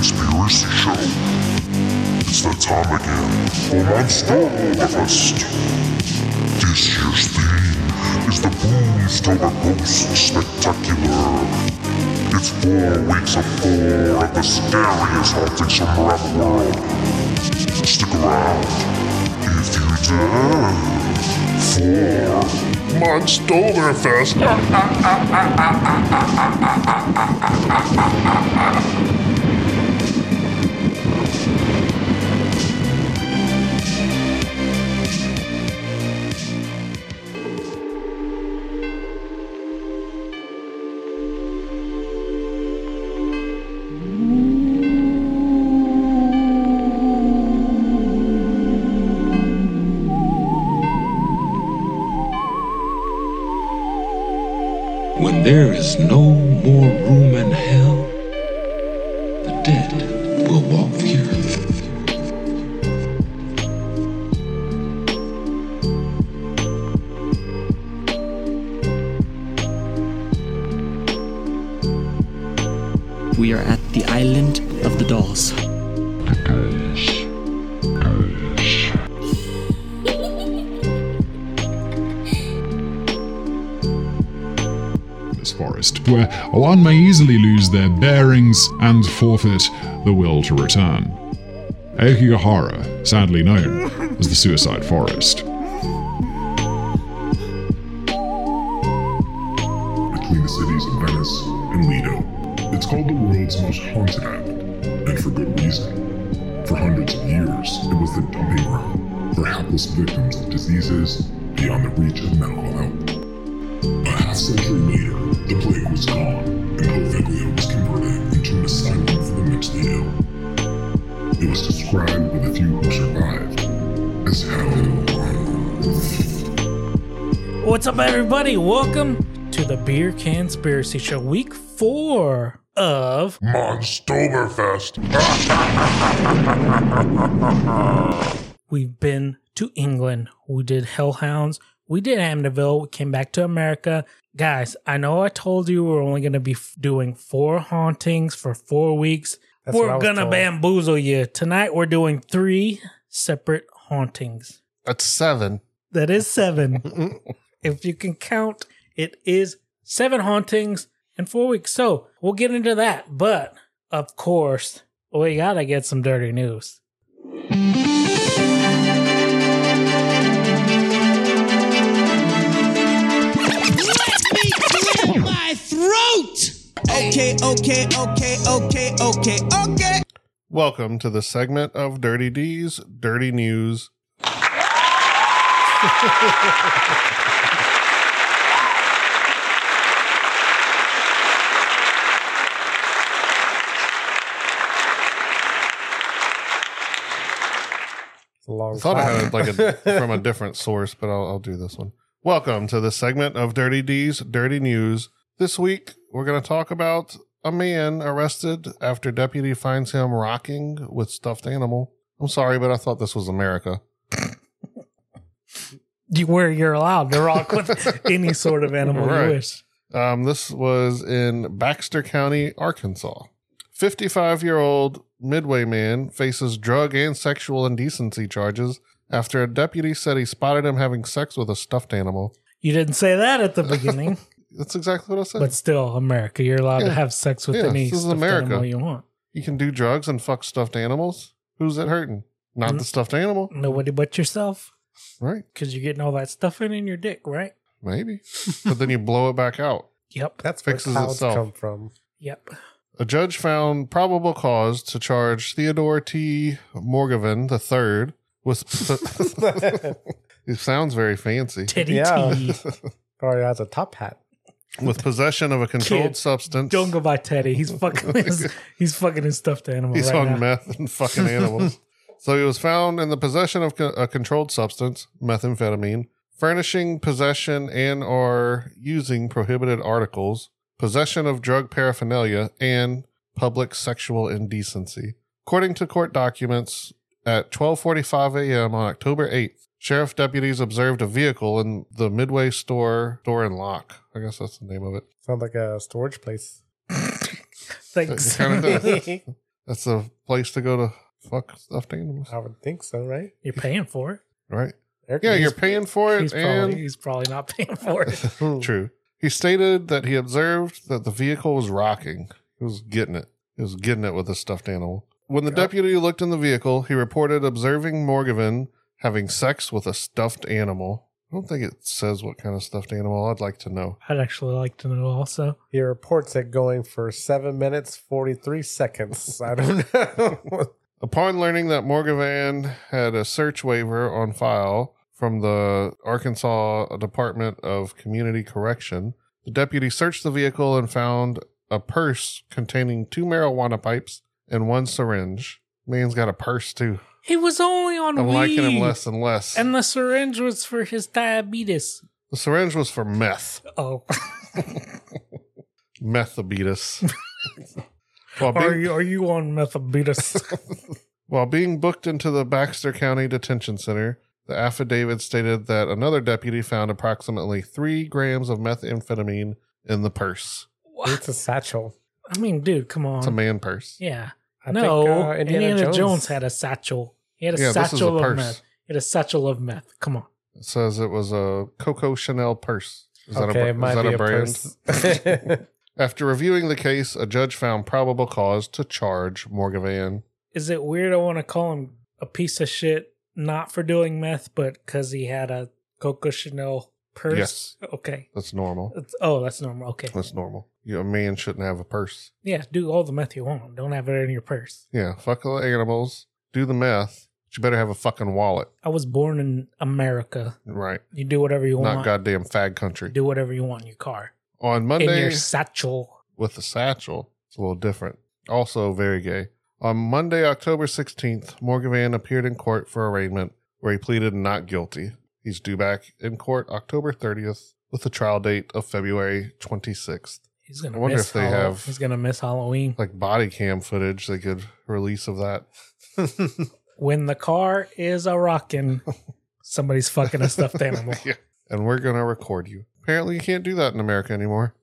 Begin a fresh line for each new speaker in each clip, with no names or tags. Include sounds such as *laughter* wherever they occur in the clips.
Fantasy Show. It's that time again for Monsterfest. This year's theme is the Boomstober Ghost Spectacular. It's four weeks of four of the scariest hauntings from around the world. Stick around if you dare for Monsterfest.
When there is no more room in hell, the dead will walk the earth.
We are at the island of the dolls.
*laughs* this forest, where one may easily lose their bearings and forfeit the will to return. Aokigahara, sadly known as the Suicide Forest.
between the cities of Venice and Lido. It's called the world's most haunted island, and for good reason. For hundreds of years, it was the dumping ground for hapless victims of diseases beyond the reach of medical help. A half century later, the plague was gone, and Poveglio was converted into an asylum for the mentally ill. It was described by the few who survived as hell on earth.
What's up, everybody? Welcome to the Beer Conspiracy Show, week four of
Monsterfest.
We've Been to England. We did Hellhounds. We did Amityville. We came back to America. Guys, I know I told you we're only going to be f- doing four hauntings for four weeks.
That's what I
we're
was
going to
told.
bamboozle you. Tonight, we're doing three separate hauntings.
That's seven.
That is
*laughs*
seven. if you can count, it is seven hauntings in four weeks. So we'll get into that. But of course, we gotta get some dirty news.
Let me clear my throat. Okay, okay, okay, okay, okay, okay.
Welcome to the segment of Dirty D's Dirty News.
It's a long
I thought I
time.
had it like a,
*laughs*
from a different source, but I'll, I'll do this one. Welcome to the segment of Dirty D's Dirty News. This week, we're going to talk about a man arrested after deputy finds him rocking with stuffed animal. I'm sorry, but I thought this was America.
You, where you're allowed to rock with
*laughs*
any sort of animal
Right.
you wish.
Um, this was in Baxter County, Arkansas. 55 year old Midway man faces drug and sexual indecency charges after a deputy said he spotted him having sex with a stuffed animal.
You didn't say that at
*laughs*
the beginning,
That's exactly what I said.
but still, America, you're allowed to
Yeah.
have sex with
Yeah,
any
this is
stuffed
America.
animal you want.
you can do drugs and fuck stuffed animals. Who's it hurting? Not the stuffed animal,
Mm-hmm. Nobody but yourself,
right?
because you're getting all that stuffing in your dick, right?
Maybe. but then you blow it back out.
Yep.
That's
Fixes
where clouds
itself.
come from.
Yep.
A judge found probable cause to charge Theodore T. Morgovan III with. it sounds very fancy.
Teddy
Yeah.
T.
Probably has a top hat.
*laughs* with possession of a controlled
Kid,
substance.
Don't go by Teddy. He's *laughs*
*laughs*
fucking his, he's fucking his stuffed animal
He's
right
on
now.
meth and fucking animals. so he was found in the possession of co- a controlled substance, methamphetamine, furnishing, possession, and or using prohibited articles, possession of drug paraphernalia, and public sexual indecency. According to court documents, at 12:45 a.m. on October 8th, sheriff deputies observed a vehicle in the Midway store, door and lock. I guess that's the name of it.
Sounds like a storage place.
*laughs* Thanks.
It kinda does. That's the place to go to fuck stuffed animals,
I would think so, right?
*laughs* You're paying for it.
right?
Eric,
Yeah,
he's-
you're paying for it,
He's probably,
and
he's probably not paying for it. *laughs*
*laughs* true. He stated that he observed that the vehicle was rocking. He was getting it. He was getting it with a stuffed animal. When the deputy looked in the vehicle, he reported observing Morgavin having sex with a stuffed animal. I don't think it says what kind of stuffed animal. I'd like to know.
I'd actually like to know also.
He reports it going for seven minutes forty three seconds. I don't *laughs* know.
*laughs* Upon learning that Morgavan had a search waiver on file from the Arkansas Department of Community Correction, the deputy searched the vehicle and found a purse containing two marijuana pipes and one syringe. Man's got a purse too.
He was only on
I'm
weed.
liking him less and less.
And the syringe was for his diabetes.
the syringe was for meth.
Oh,
Methabetus.
*laughs*
While
are
being,
you are you on
*laughs*
methabetes?
While being booked into the Baxter County Detention Center, the affidavit stated that another deputy found approximately three grams of methamphetamine in the purse.
it's a satchel.
I mean, dude, come on.
It's a man purse.
Yeah.
I
no,
think, uh,
Indiana, Jones. had a satchel. He had a
Yeah, this is a
satchel of
purse.
meth. He had a satchel of meth. Come on.
It says it was a Coco Chanel purse. Is that a,
okay,
br-
it might
is that
be
a
a
brand?
purse.
After reviewing the case, a judge found probable cause to charge Morgavan.
Is it weird I want to call him a piece of shit, not for doing meth, but because he had a Coco Chanel purse?
Yes.
Okay.
That's normal.
It's, oh, that's normal. Okay.
That's normal. You, a man shouldn't have a purse.
Yeah, do all the meth you want. Don't have it in your purse.
Yeah, fuck the animals. Do the meth. But you better have a fucking wallet.
I was born in America.
Right.
You do whatever you
Not
want.
goddamn fag country.
Do whatever you want in your car.
On
In
Monday,
your satchel.
with the satchel. It's a little different. Also very gay. On Monday, October 16th, Morgavan appeared in court for arraignment where he pleaded not guilty. He's due back in court October 30th with a trial date of February 26th.
He's gonna
I wonder
miss
if they
Hallow-
have-
He's gonna miss Halloween.
Like body cam footage they could release of that. *laughs*
*laughs*
When the car is a rockin', somebody's fucking a
*laughs*
stuffed animal.
yeah. And we're going to record you. Apparently, you can't do that in America anymore.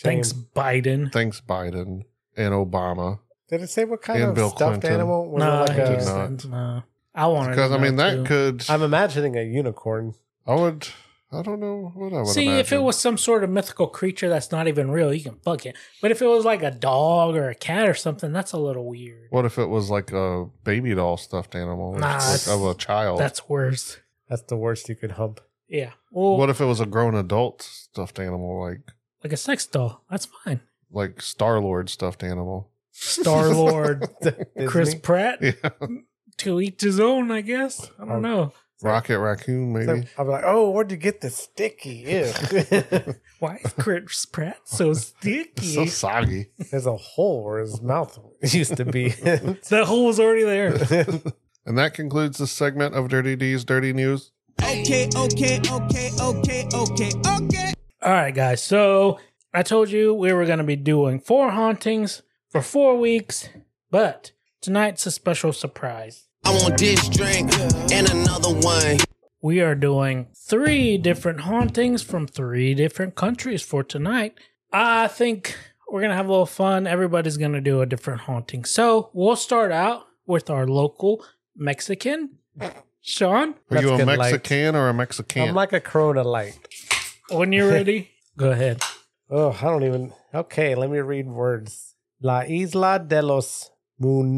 Thanks, Biden.
Thanks, Biden and Obama.
Did it say what kind
And
of
Bill
stuffed
Clinton.
animal? Was
Nah,
it like
he
a-
did not.
just- nah. I want to
Because, uh, I mean, that could.
I'm imagining a unicorn.
I would. I don't know what I would
See, if it
imagine.
was some sort of mythical creature that's not even real, you can fuck it. But if it was like a dog or a cat or something, that's a little weird.
What if it was like a baby doll stuffed animal or
Nah,
like
that's-
of a child?
That's worse.
That's the worst you could hump. *laughs*
Yeah. Well,
what if it was a grown adult stuffed animal, like
like a sex doll. That's fine.
like Star Lord stuffed animal? *laughs*
Star Lord, Chris
Disney?
Pratt,
Yeah,
to each his own, I guess. I
Um,
don't know.
Rocket Raccoon,
So
maybe.
I'm like, oh, where'd you get the sticky?
*laughs*
Ew. *laughs*
Why is Chris Pratt so sticky?
*laughs* so soggy.
There's a hole where his mouth *laughs* used to be.
That hole was already
*laughs*
there.
And that concludes this segment of Dirty D's Dirty News.
Okay, okay, okay, okay, okay, okay.
All right, guys. So I told you we were going to be doing four hauntings for four weeks, but tonight's a special surprise.
I want this drink and another one.
We are doing three different hauntings from three different countries for tonight. I think we're going to have a little fun. Everybody's going to do a different haunting. So we'll start out with our local Mexican. Sean,
Are you
Let's
a
get light.
Mexican or a Mexican?
I'm like a Corona light.
when
*laughs*
you're ready, go ahead.
Oh, I don't even. Okay, let me read words. La Isla de los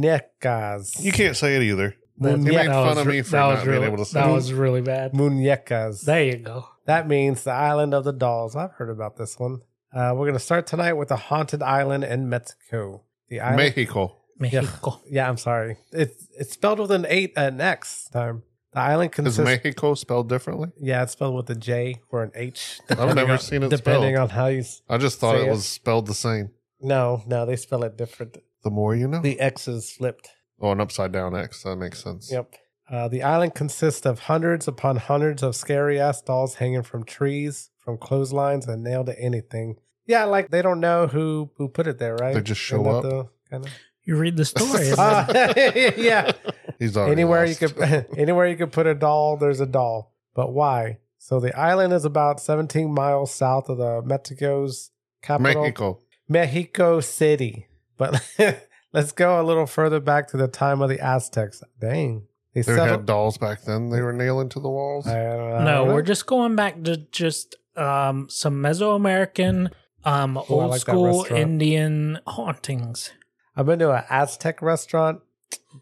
Muñecas.
you can't say it either.
That-
You
yeah,
made
That
fun
was
of
re-
me for
that
not
was
being
really-
able to say
That
it.
was really bad.
Muñecas.
There you go.
That means the island of the dolls. I've heard about this one. Uh, we're going to start tonight with a haunted island in Mexico. The island.
Mexico.
Mexico.
yeah, I'm sorry. It's it's spelled with an eight an X time. The island
Is
consists.
Mexico spelled differently?
yeah, it's spelled with a J or an H.
I've
depending
never
on-
seen it
Depending
spelled.
on how you. s-
I just thought
Say
it
it.
was spelled the same.
No, no, they spell it different.
The more you know.
The X is flipped.
Oh, an upside down X. That makes sense.
Yep. Uh, the island consists of hundreds upon hundreds of scary ass dolls hanging from trees, from clotheslines, and nailed to anything. Yeah, like they don't know who who put it there, right?
They just show
Isn't that
up.
the Kind of?
You read the
*laughs*
story.
*laughs*
and then-
Ah, *laughs* yeah.
Uh, He's already
Anywhere
lost.
you could *laughs* anywhere you could put a doll, there's a doll. But why? So the island is about 17 miles south of the Mexico's capital,
Mexico.
Mexico City. But *laughs* Let's go a little further back to the time of the Aztecs. Dang. They
They had
settled.
dolls back then. They were nailing to the walls.
I don't know.
No, we're just going back to just um, some Mesoamerican, um,
I
old
like that
school
restaurant.
Indian hauntings.
I've been to an Aztec restaurant.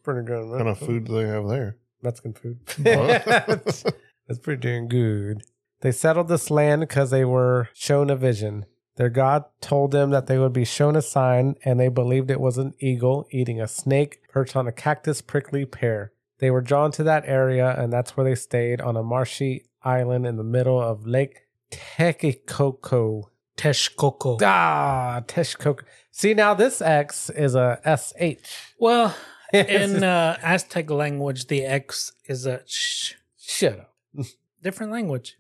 Pretty good.
What kind of food do they have
*laughs*
there?
Mexican food.
Huh?
*laughs* That's pretty darn good. They settled this land because they were shown a vision. Their God told them that they would be shown a sign, and they believed it was an eagle eating a snake perched on a cactus prickly pear. They were drawn to that area, and that's where they stayed on a marshy island in the middle of Lake Texcoco.
Texcoco.
Ah, Texcoco. See, now this X is a *laughs* SH.
Well, in uh, Aztec language, the X is a sh-
Shut up.
different language.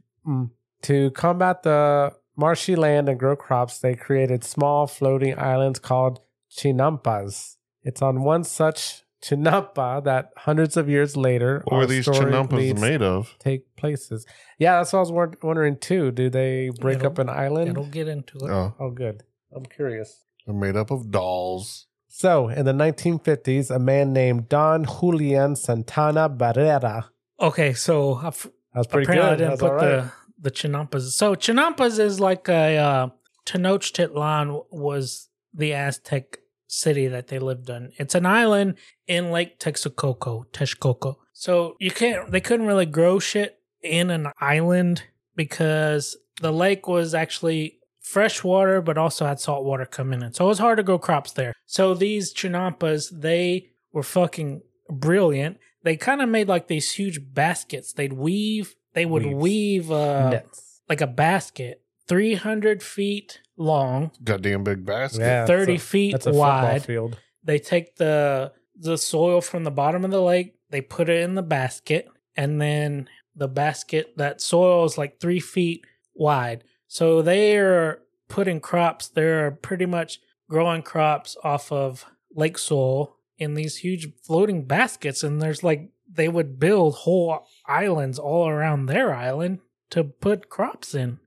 To combat the marshy land and grow crops, they created small floating islands called chinampas. It's on one such chinampa that hundreds of years later,
What were
our
these
story
chinampas
leads
made of?
Take places. Yeah, that's what I was wor- wondering too. Do they break up an island?
It'll get into it.
Oh,
Oh, good. I'm curious.
they're made up of dolls.
So, in the 1950s, a man named Don Julian Santana Barrera.
Okay, so I f-
That was Oh. pretty
apparently
good.
I didn't
That
put
was all right.
the the chinampas. So chinampas is like a uh, Tenochtitlan was the Aztec city that they lived in. It's an island in Lake Texcoco, Texcoco. So you can't. They couldn't really grow shit in an island because the lake was actually fresh water, but also had salt water coming in. So it was hard to grow crops there. So these chinampas, they were fucking brilliant. They kind of made like these huge baskets. They'd weave. They would
Weaves.
weave uh,
Nets.
like a basket, three hundred feet long,
Goddamn big basket.
Yeah, it's
30
a-
feet
that's a football
wide.
field.
they take the the soil from the bottom of the lake they put it in the basket and then the basket that soil is like three feet wide so they are putting crops they're pretty much growing crops off of lake soil in these huge floating baskets and there's like they would build whole islands all around their island to put crops in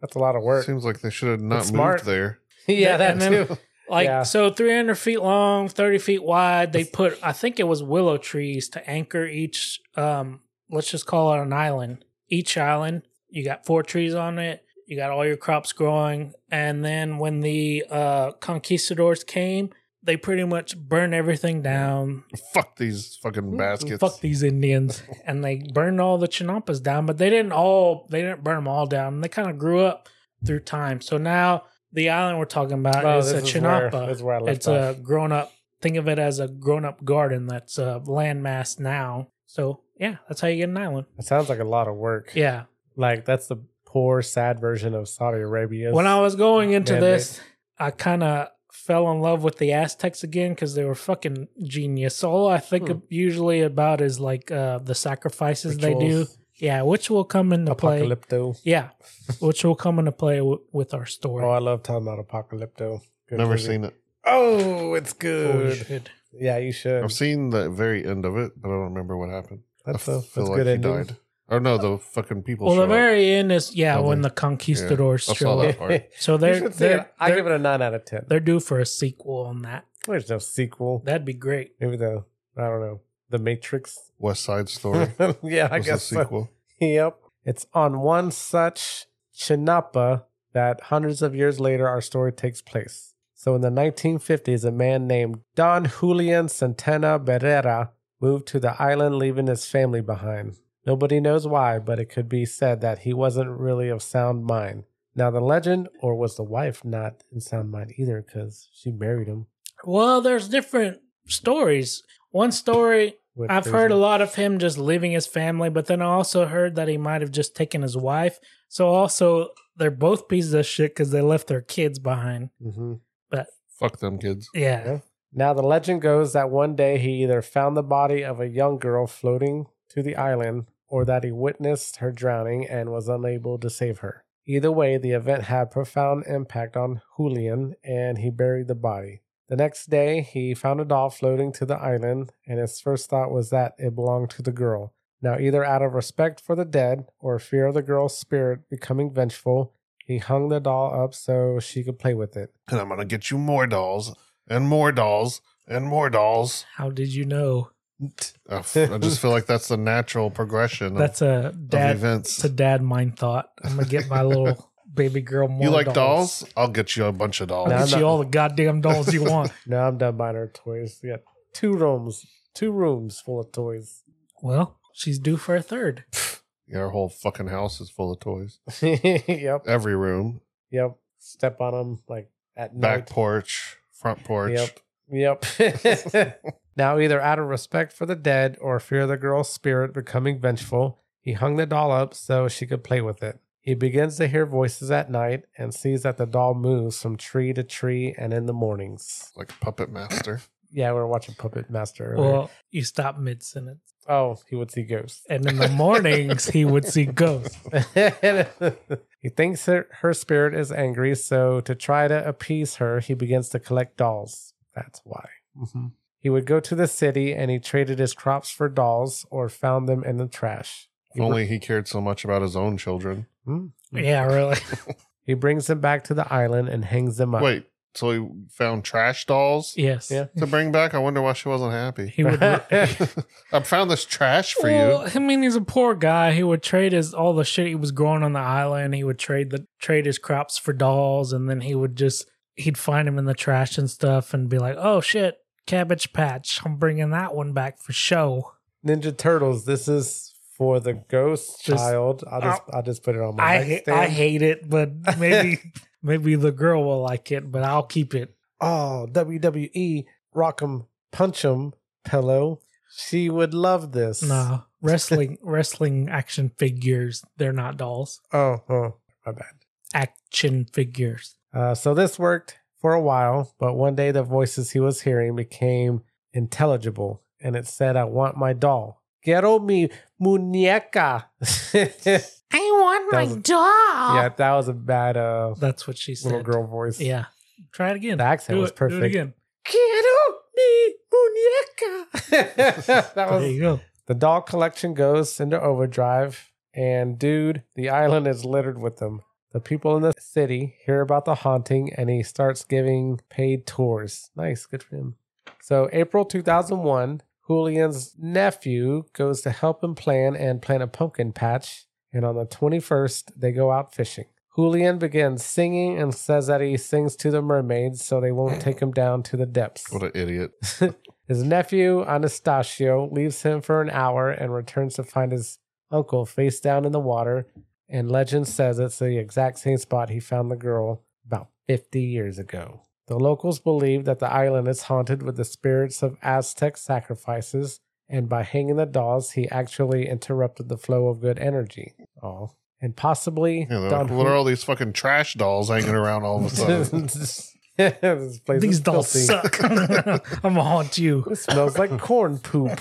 That's a lot of work.
Seems like they should have not
It's
moved
smart.
there.
*laughs* yeah,
that-
that
and then-
too. Uh,
Like
Yeah.
so, three hundred feet long, thirty feet wide. They put, I think it was willow trees to anchor each. Um, let's just call it an island. Each island, you got four trees on it. You got all your crops growing, and then when the uh, conquistadors came, they pretty much burned everything down.
Fuck these
Mm,
fucking baskets.
Fuck these
*laughs*
Indians, and they burned all the chinampas down. But they didn't all, they didn't burn them all down. They kind of grew up through time. So now the island we're talking about
Oh,
is a
this is where-
chinampa
this is where I left
it's a grown up think of it as a grown up garden that's a landmass now so yeah that's how you get an island
It sounds like a lot of work.
yeah
Like that's the poor, sad version of Saudi Arabia.
when i was going into
Man-made.
this i kind of fell in love with the aztecs again because they were fucking genius all i think
Hmm.
of- usually about is like uh the sacrifices they do yeah which will come into play
Apocalypto.
yeah
*laughs*
which will come into play w- with our
Oh,
story
I love talking about Apocalypto. Good
Never
movie.
seen it.
Oh, it's
Holy
good.
shit.
yeah, you should.
I've seen the very end of it, but I don't remember what happened.
That's,
I
a,
f-
that's good ending. *laughs*
Or Oh, no, the fucking people.
well the
show up.
very end is yeah
Oh,
when
they-
the conquistadors
I
show
saw
up
that part.
so
You
they're,
should see
they're,
it. I
they're-
give it a nine out of ten.
They're due for a sequel on that.
There's no sequel.
That'd be great.
Maybe the I don't know the Matrix.
West Side Story.
*laughs* yeah, I
was
guess
the
so.
sequel.
Yep. It's on one such Chinapa that hundreds of years later our story takes place. So in the 1950s, a man named Don Julian Santana Barrera moved to the island, leaving his family behind. Nobody knows why, but it could be said that he wasn't really of sound mind. Now, the legend, or was the wife not in sound mind either because she married him?
Well, there's different stories. One story
with-
I've heard a lot of him just leaving his family, but then I also heard that he might have just taken his wife. So also they're both pieces of shit because they left their kids behind.
Mhm.
Fuck them kids.
Yeah.
Yeah. Now, the legend goes that one day he either found the body of a young girl floating to the island or that he witnessed her drowning and was unable to save her. Either way, the event had profound impact on Julian and he buried the body. The next day, he found a doll floating to the island and his first thought was that it belonged to the girl. Now, either out of respect for the dead or fear of the girl's spirit becoming vengeful, he hung the doll up so she could play with it.
And I'm gonna get you more dolls and more dolls and more dolls.
How did you know?
I f- I just feel like that's the natural progression. Of,
That's a
of
dad.
events.
It's a dad mind thought. I'm gonna get my
*laughs*
little baby girl more.
You like dolls? I'll get you a bunch of dolls.
No,
I'll get
I'm
you
not-
all the goddamn dolls
*laughs*
you want.
No, I'm done buying her toys. We got two rooms, two rooms full of toys. *laughs*
well, she's due for a third.
Your whole fucking house is full of toys.
yep,
Every room,
yep. Step on them like at
back
night.
porch, front porch.
Yep. Yep. *laughs* now, either out of respect for the dead or fear of the girl's spirit becoming vengeful, he hung the doll up so she could play with it. He begins to hear voices at night and sees that the doll moves from tree to tree and in the mornings.
Like a puppet master.
Yeah, we were watching Puppet Master. Earlier.
Well, you stop mid sentence.
oh, he would see ghosts.
And in the mornings, he would see ghosts.
*laughs* he thinks her, her spirit is angry, so to try to appease her, he begins to collect dolls. That's why. Mm-hmm. He would go to the city and he traded his crops for dolls or found them in the trash.
If only he cared so much about his own children.
Hmm?
Yeah, really.
He brings them back to the island and hangs them up. *laughs*
Wait, so he found trash dolls
Yes.
Yeah.
to bring back? I wonder why she wasn't happy. *laughs*
He would.
I found this trash for
well,
you.
I mean, he's a poor guy. He would trade his all the shit he was growing on the island. He would trade the trade his crops for dolls, and then he would just he'd find him in the trash and stuff, and be like, "Oh shit, cabbage patch! I'm bringing that one back for show."
Ninja Turtles. This is for the ghost
Just-
child. I'll just uh, I'll just put it on my
I ha-
nightstand.
I hate it, but maybe maybe the girl will like it, but I'll keep it.
oh WWE Rock'em Punch'em pillow. She would love this.
No wrestling wrestling action figures. They're not dolls.
Oh, oh, my bad.
Action figures.
Uh, so this worked for a while, but one day the voices he was hearing became intelligible, and it said, "I want my doll. Quiero mi muñeca." *laughs*
I want
That was- my
doll.
yeah, that was a bad uh,
That's what she said.
little girl voice.
Yeah. Try it again.
The accent
do
was
it, Do
perfect.
it again.
Quiero mi muñeca. *laughs* that
there you
was
go.
the doll collection goes into overdrive, and dude, the island is littered with them. The people in the city hear about the haunting and he starts giving paid tours. Nice, good for him. So, April 2001, Julian's nephew goes to help him plan and plant a pumpkin patch. And on the 21st, they go out fishing. Julian begins singing and says that he sings to the mermaids so they won't take him down to the depths.
What an idiot.
*laughs* His nephew, Anastasio, leaves him for an hour and returns to find his uncle face down in the water. And legend says it's the exact same spot he found the girl about 50 years ago. The locals believe that the island is haunted with the spirits of Aztec sacrifices, and by hanging the dolls, he actually interrupted the flow of good energy. Oh. And possibly
You know,
Don
like, what are all these fucking trash dolls hanging around all of
*laughs*
a sudden?
*laughs* this place
These
is
dolls
filthy.
suck. *laughs* I'm gonna haunt you.
It smells like corn poop.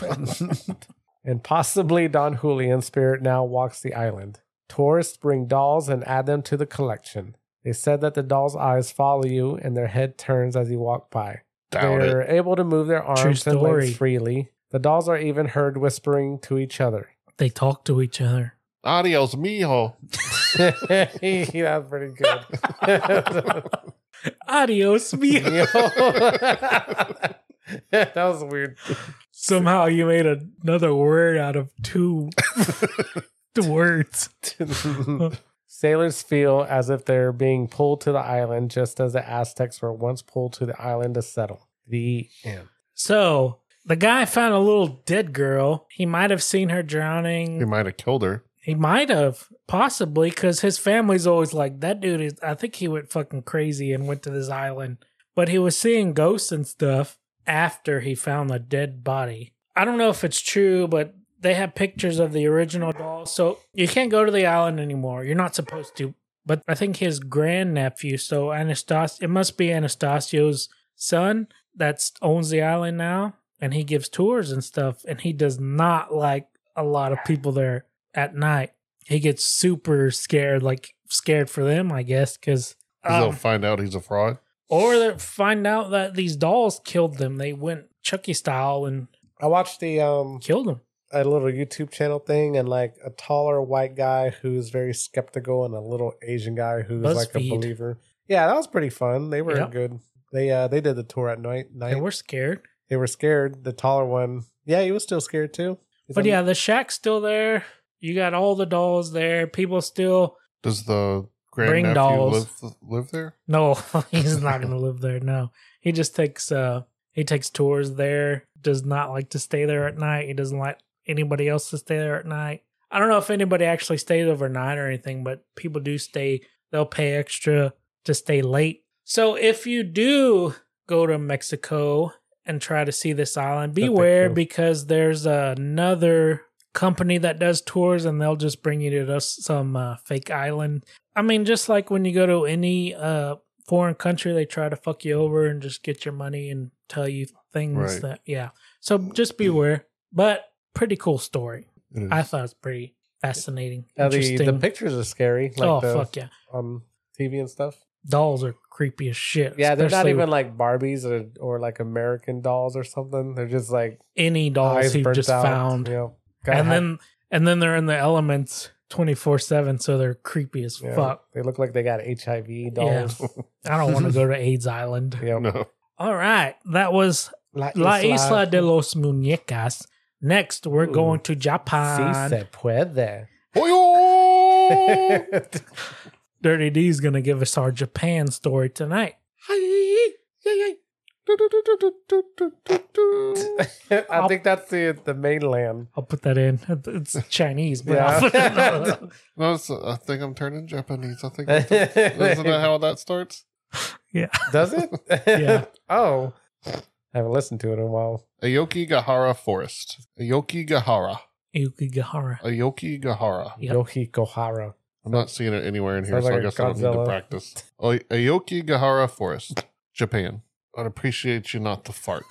and possibly Don Julian's spirit now walks the island. Tourists bring dolls and add them to the collection. They said that the doll's eyes follow you and their head turns as you walk by.
Doubt
They're
it.
able to move their
True
arms and
story.
legs freely. The dolls are even heard whispering to each other. *laughs*
They talk to each other.
Adios, mijo. *laughs*
That's pretty good.
Adios, *laughs*
*laughs*
me.
that was weird.
Somehow you made another word out of
*laughs*
two the words.
*laughs* Sailors feel as if they're being pulled to the island, just as the Aztecs were once pulled to the island to settle. The end.
So the guy found a little dead girl. He might have seen her drowning.
He might have killed her.
He might have, possibly, because his family's always like, that dude is, I think he went fucking crazy and went to this island. But he was seeing ghosts and stuff after he found the dead body. I don't know if it's true, but they have pictures of the original doll. So you can't go to the island anymore. You're not supposed to. But I think his grandnephew, so Anastasio, it must be Anastasio's son that owns the island now. And he gives tours and stuff. And he does not like a lot of people there at night. He gets super scared, like scared for them, I guess, because
'Cause
Um,
they'll find out he's a fraud.
or they find out that these dolls killed them. They went Chucky style and
I watched the um
killed them.
a little YouTube channel thing, and like a taller white guy who's very skeptical, and a little Asian guy who's like a
BuzzFeed.
believer. Yeah, that was pretty fun. They were
Yep.
good. They uh they did the tour at night.
They
Night.
were scared.
They were scared. The taller one, yeah, he was still scared too. He's
But
like,
yeah, the shack's still there. You got all the dolls there. People still
Does the
Bring
grand nephew live,
dolls.
live there?
no, *laughs* he's
*laughs*
not gonna live there. No, he just takes uh he takes tours there. Does not like to stay there at night. He doesn't like anybody else to stay there at night. I don't know if anybody actually stays overnight or anything, but people do stay. They'll pay extra to stay late. So if you do go to Mexico and try to see this island,
That they
beware
kill.
because there's another company that does tours and they'll just bring you to this, some uh, fake island. I mean, just like when you go to any uh, foreign country, they try to fuck you over and just get your money and tell you things
Right.
that, yeah. So just beware. But pretty cool story.
It is. *laughs*
I thought it was pretty fascinating.
now the,
interesting.
the pictures are scary. Like
oh,
the,
fuck yeah.
On TV and stuff.
Dolls are creepy as shit.
Yeah, they're not
especially
even like Barbies or, or like American dolls or something. They're just like
any
eyes
dolls he
burnt
just
out.
found.
You know, gotta
and
have-
then and then they're in the elements 24-7 so they're creepy as
yeah,
fuck
They look like they got HIV dolls.
i don't want to go to aids island
Yep.
No. *laughs*
all right that was
*laughs* La,
la isla de los muñecas next we're
Ooh.
going to japan
Si se puede. *laughs*
*laughs*
Oyo!
dirty d's gonna give us our japan story tonight *laughs*
I think that's the the mainland.
*laughs*
i'll put that in *laughs* it's chinese but
Yeah.
I'll put it on.
no, it's- I think I'm turning Japanese. I think I'm
*laughs*
turning- isn't that how that starts?
*laughs* Does it?
Yeah.
*laughs* oh, I haven't listened to it in a while.
Aoki Gahara Forest. Aoki Gahara.
*laughs*
*laughs* yukigahara
Aoki Gahara.
Yep.
Yoki Kohara.
I'm not seeing it anywhere in here,
Sounds
so I
like a
guess I don't need to
Godzilla.
practice. Ay- Aoki Gahara Forest, Japan. I'd appreciate you not to fart.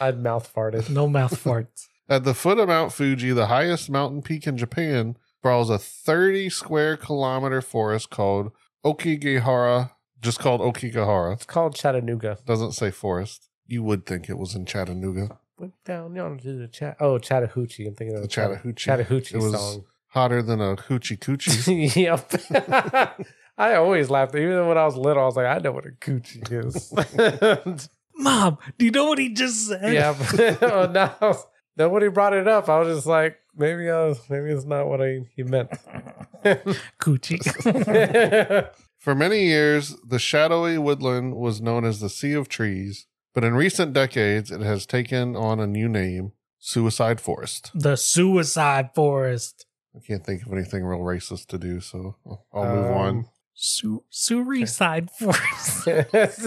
I mouth farted.
no mouth farts *laughs*
At the foot of Mount Fuji, the highest mountain peak in Japan, sprawls a 30 square kilometer forest called Okigahara, just called Okigahara.
It's called Chattanooga.
Doesn't say forest. You would think it was in Chattanooga.
Went down yonder to the chat. Oh, Chattahoochee. I'm thinking of
The Chattahoochee.
Chattahoochee
It was-
song.
Hotter than a hoochie coochie.
*laughs* yep. I always laughed. Even when I was little, I was like, I know what a coochie *laughs*
*laughs*
is.
mom do you know what he just
*laughs*
said
yeah. But, oh, no, nobody brought it up. I was just like, maybe I was, maybe it's not what I, he
*laughs*
meant.
*laughs* coochie *laughs*
For many years, the shadowy woodland was known as the Sea of Trees, but in recent decades, it has taken on a new name Suicide Forest.
the suicide forest
I can't think of anything real racist to do, so I'll
*laughs*
move
Um,
on.
Su- suicide *laughs* force.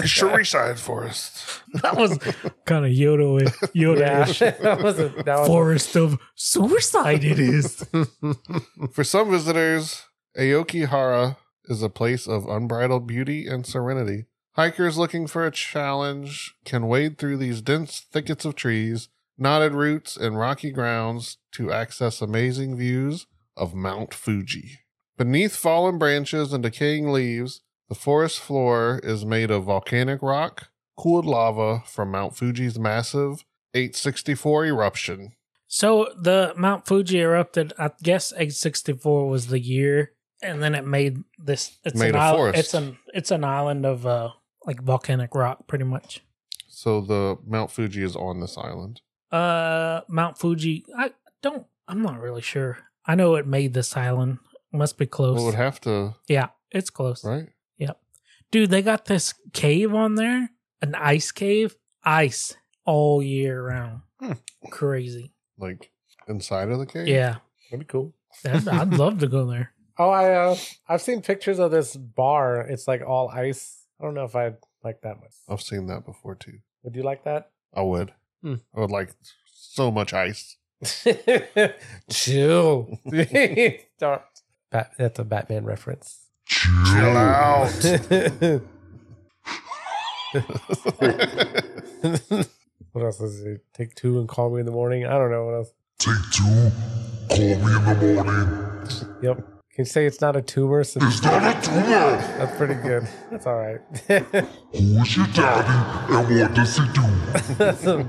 *laughs* Suicide *laughs* Forest.
that was kind of Yoda Yoda
yeah, *laughs* *laughs* that was a, that was *laughs*
forest of suicide. It is.
For some visitors, Aokihara is a place of unbridled beauty and serenity. Hikers looking for a challenge can wade through these dense thickets of trees, knotted roots, and rocky grounds to access amazing views of Mount Fuji. Beneath fallen branches and decaying leaves, the forest floor is made of volcanic rock, cooled lava from Mount Fuji's massive 864 eruption.
So the Mount Fuji erupted. I guess eight sixty four was the year, and then it made this. It's
Made
an
a
isl-
forest.
It's an it's an island of uh like volcanic rock, pretty much.
So the Mount Fuji is on this island.
Uh, Mount Fuji. I don't. I'm not really sure. I know it made this island. Must be close.
Well, it would have to,
yeah, it's close.
right?
Dude, they got this cave on there, an ice cave, ice all year round.
Hmm.
Crazy.
Like inside of the cave?
Yeah.
that'd be cool.
That's- I'd love to go
*laughs*
there.
Oh, I uh, I've seen pictures of this bar. It's like all ice. I don't know if I'd like that much.
I've seen that before too.
Would you like that?
I would.
Hmm.
I would like so much ice.
*laughs* Chill. Don't- Bat- that's a Batman reference.
Chill
Oh.
*laughs*
out.
what else is it? Take two and call me in the morning. I don't know what else.
Take two. Call me in the morning.
Yep. Can you say it's not a tumor? Since
It's not a tumor.
that's pretty good. That's all right. *laughs*
Who is your daddy and what does he do?
that's a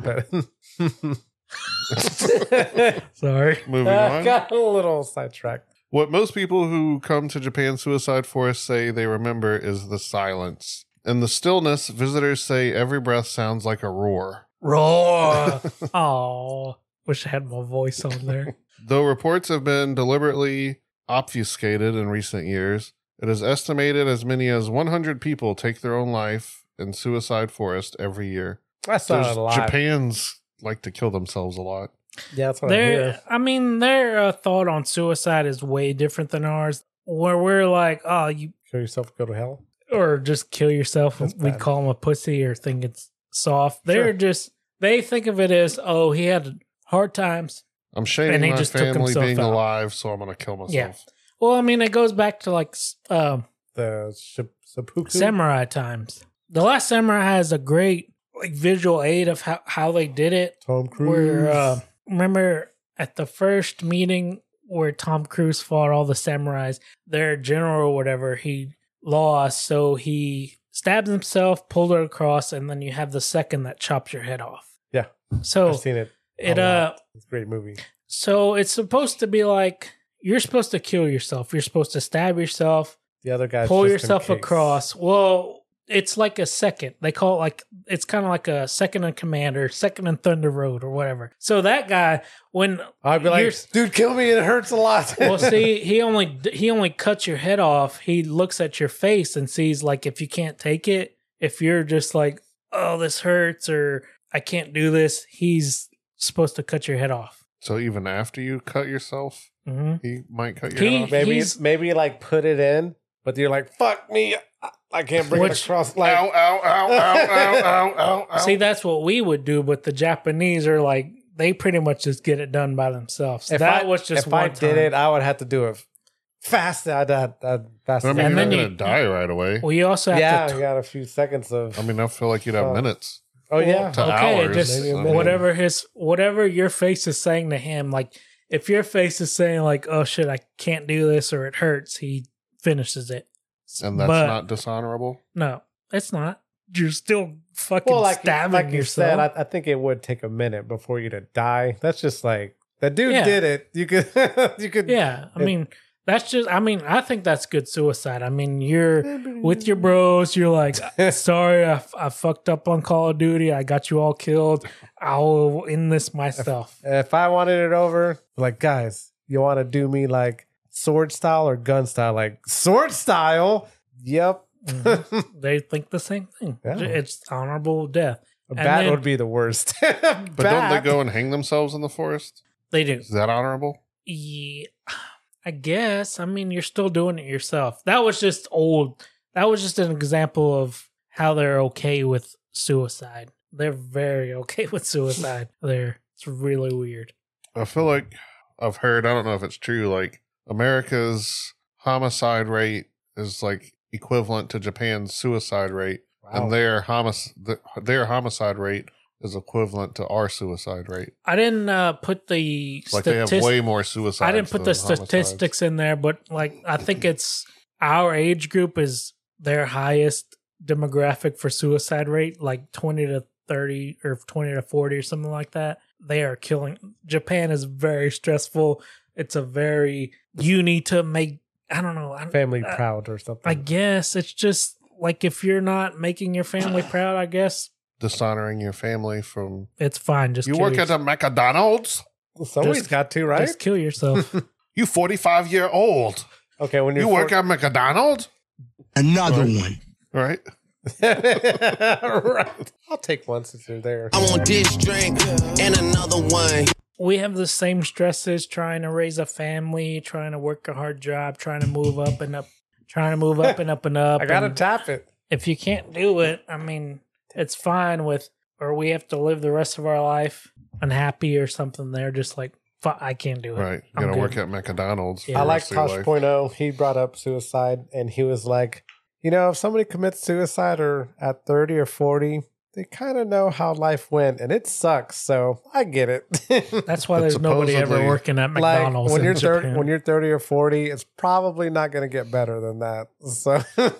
better.
Sorry.
*laughs*
*laughs*
Moving
I
on.
got a little sidetracked.
What most people who come to Japan's Suicide Forest say they remember is the silence. In the stillness, visitors say every breath sounds like a roar.
Roar. oh, wish I had my voice on there.
Though reports have been deliberately obfuscated in recent years, it is estimated as many as 100 people take their own life in suicide forest every year.
*laughs* That's not
There's-
a lot.
Japan's like to kill themselves a lot.
Yeah, that's what I
Their,
hear.
I mean, their uh, thought on suicide is way different than ours. Where we're like, oh, you
Kill yourself, go to hell.
or just kill yourself.
That's
We
bad.
call him a pussy or think it's soft. They're
Sure.
just they think of it as oh he had hard times.
I'm
And
shaming
he
my
just took
family
himself
being
out.
alive, so I'm going to kill myself.
Yeah. Well, I mean it goes back to like s- um
The ship, seppuku.
samurai times. The Last Samurai has a great like visual aid of how how they did it.
Tom Cruise.
Where uh, remember at the first meeting where Tom Cruise fought all the samurais, their general or whatever he lost, so he stabbed himself, pulled her across, and then you have the second that chops your head off.
Yeah. I've
So
seen it. a
it uh
lot. It's a great movie.
so it's supposed to be like you're supposed to kill yourself. You're supposed to stab yourself,
The other guy.
pull yourself across. Well, it's like a second. They call it like it's kind of like a second in command or second in Thunder Road or whatever. So that guy, when
I'd be like,
You're-
dude, kill me. It hurts a lot. *laughs*
well, see, he only he only cuts your head off. He looks at your face and sees like if you can't take it, if you're just like, oh, this hurts or I can't do this. He's supposed to cut your head off.
So even after you cut yourself,
hmm
he might cut your
He-
head off.
maybe
he's-
maybe like put it in, but you're like, fuck me, I- I can't bring
Which-
it across. Like,
ow, ow,
*laughs*
ow, ow, ow, ow, ow, ow.
See, that's what we would do, but the Japanese are like they pretty much just get it done by themselves.
if
that
I,
was just
if
one
I did
time.
it, I would have to do it fast. I'd, I'd, I'd fast.
I mean,
and
you're
then
not
you-
going to die right away.
Well, you also have
yeah,
to
I got a few seconds of.
I mean, I feel like you'd have
Oh.
minutes
oh yeah,
to
Okay,
hours.
just
I mean,
whatever his whatever your face is saying to him like if your face is saying like oh shit i can't do this or it hurts he finishes it
And that's
But-
not dishonorable.
no it's not you're still fucking
well, like,
stabbing
like you
yourself
said, I, I think it would take a minute before you to die. That's just like that dude
Yeah.
did it. You could, *laughs* you could.
yeah i
it-
mean that's just i mean i think that's good suicide i
*laughs*
mean you're with
Mm.
your bros you're like sorry I, I fucked up on call of duty i got you all killed i'll end this
*laughs*
myself
If I wanted it over, like guys, you want to do me like sword style or gun style? Like sword style. Yep. *laughs*
Mm-hmm. they think the same thing
Yeah.
it's honorable death
A
And
bat
then-
would be the worst. *laughs*
But don't they go and hang themselves in the forest?
they do
Is that honorable?
Yeah, I guess. I mean, you're still doing it yourself. That was just old. That was just an example of how they're okay with suicide. They're very *laughs* okay with suicide. There, it's really weird.
I feel like I've heard, I don't know if it's true, like America's homicide rate is like equivalent to Japan's suicide rate.
Oh.
And their homic- th- their homicide rate is equivalent to our suicide rate.
I didn't uh, put the
Like they have
statis-
way more suicides.
I didn't put the
than homicides.
statistics in there, but like I think it's our age group is their highest demographic for suicide rate, like twenty to thirty or twenty to forty or something like that. They are killing. Japan is very stressful. It's a very you need to make. I don't know. I, don't-
family
I-
proud or something.
Uh, I guess it's just like if you're not making your family proud, I guess
Dishonoring your family from
it's fine. Just
you
kill
work
your-
at a McDonald's.
Somebody's
just-
got to, right?
Just kill yourself.
You forty five year old.
okay, when you're
You work
four-
at McDonald's,
Another one.
right?
*laughs* right. I'll take one since you're there.
I want this drink and another one.
we have the same stresses trying to raise a family, trying to work a hard job, trying to move up and up, trying to move up and up
*laughs*
and up.
I gotta
and
tap it.
if you can't do it, I mean, it's fine with, or we have to live the rest of our life unhappy or something. They're just like, Fuck, I can't do it.
Right. You
I'm
gotta
good.
work at McDonald's. for
Yeah.
the
I like
rest of your
Tosh
life.
Point oh. He brought up suicide, and he was like, you know, if somebody commits suicide or at thirty or forty, they kind of know how life went, and it sucks. So I get it. *laughs*
That's why
But
there's nobody ever
supposedly-
working at
like
McDonald's.
when
in
you're thirty,
Japan.
when you're thirty or forty, it's probably not going to get better than that. So *laughs*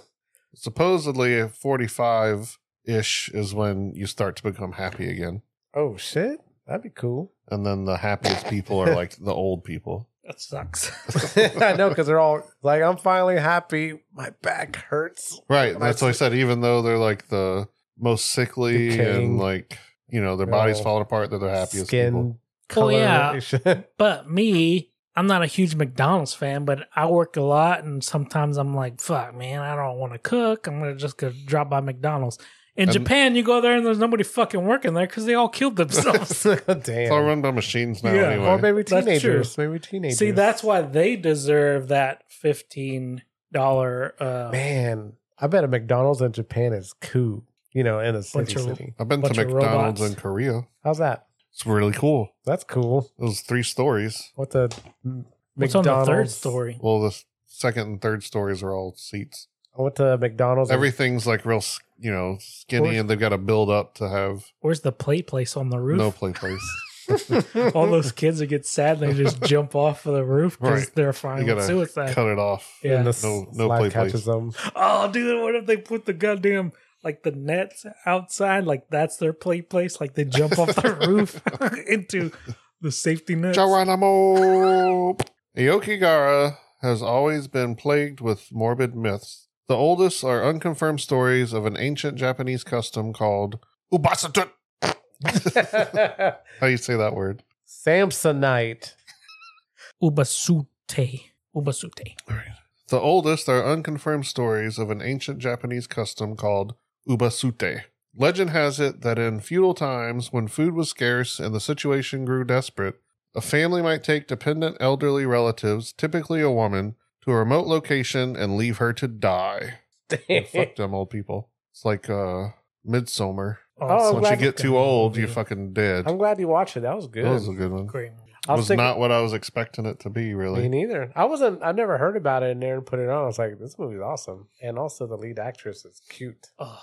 Supposedly, forty five ish is when you start to become happy again,
oh shit, that'd be cool.
and then the happiest people are like the old people. *laughs*
that sucks.
*laughs* I know because they're all like, I'm finally happy. My back hurts.
Right.
But
That's
I-
what I said. Even though they're like the most sickly
Decaying.
and like you know, their
They're
bodies
all
fall apart. They're the happiest
Skin
Oh,
people.
color.
yeah.
yeah.
But me, I'm not a huge McDonald's fan, but I work a lot and sometimes I'm like, fuck, man, I don't want to cook. I'm going to just go drop by McDonald's. In
And-
Japan, you go there and there's nobody fucking working there because they all killed
*laughs*
*laughs*
themselves.
It's all
Damn.
run by machines now,
Yeah.
Or
anyway.
maybe
That's true.
teenagers. Maybe teenagers.
See, that's why they deserve that $15 uh,
man. I bet a McDonald's in Japan is cool. You know, in a
Bunch
city.
of-
city.
I've been to
bunch of
McDonald's
robots.
in Korea.
How's that?
It's really cool.
That's cool.
It was three stories.
What the
What's on the third
McDonald's-
story?
Well, the s- second and third stories are all seats.
I went to McDonald's. and-
Everything's like real, s- you know, skinny,
Or-
and they've got to build up to have
Where's the play place on the roof?
no play place.
All those kids that get sad, they *laughs* just jump off of the roof because
Right.
they're
You
fine with
gotta
suicide.
*laughs* cut it off.
Yeah.
and the
No-
s-
no
slide
play
catches
place.
them.
Oh, dude, what if they put the goddamn like the nets outside? Like that's their play place. Like they jump off *laughs* the roof into the safety nets.
Geronimo! Aokigara has always been plagued with morbid myths. The oldest are unconfirmed stories of an ancient Japanese custom called ubasatut. *laughs* How do you say that word?
*laughs* Samsonite.
*laughs* Ubasute. Ubasute.
The oldest are unconfirmed stories of an ancient Japanese custom called ubasute. Legend has it that in feudal times, when food was scarce and the situation grew desperate, a family might take dependent elderly relatives, typically a woman, to a remote location and leave her to die. Yeah,
*laughs*
fuck them old people. It's like uh Midsummer.
Oh,
Once you
glad-
get too old, you're fucking dead.
I'm glad you watched it. That was good.
That was a good one.
Great.
I
was
thinking-
not what I was expecting it to be,
Me
really.
neither. I wasn't. I never heard about it, and Aaron put it on. I was like, "This movie's awesome," and also the lead actress is cute.
Oh,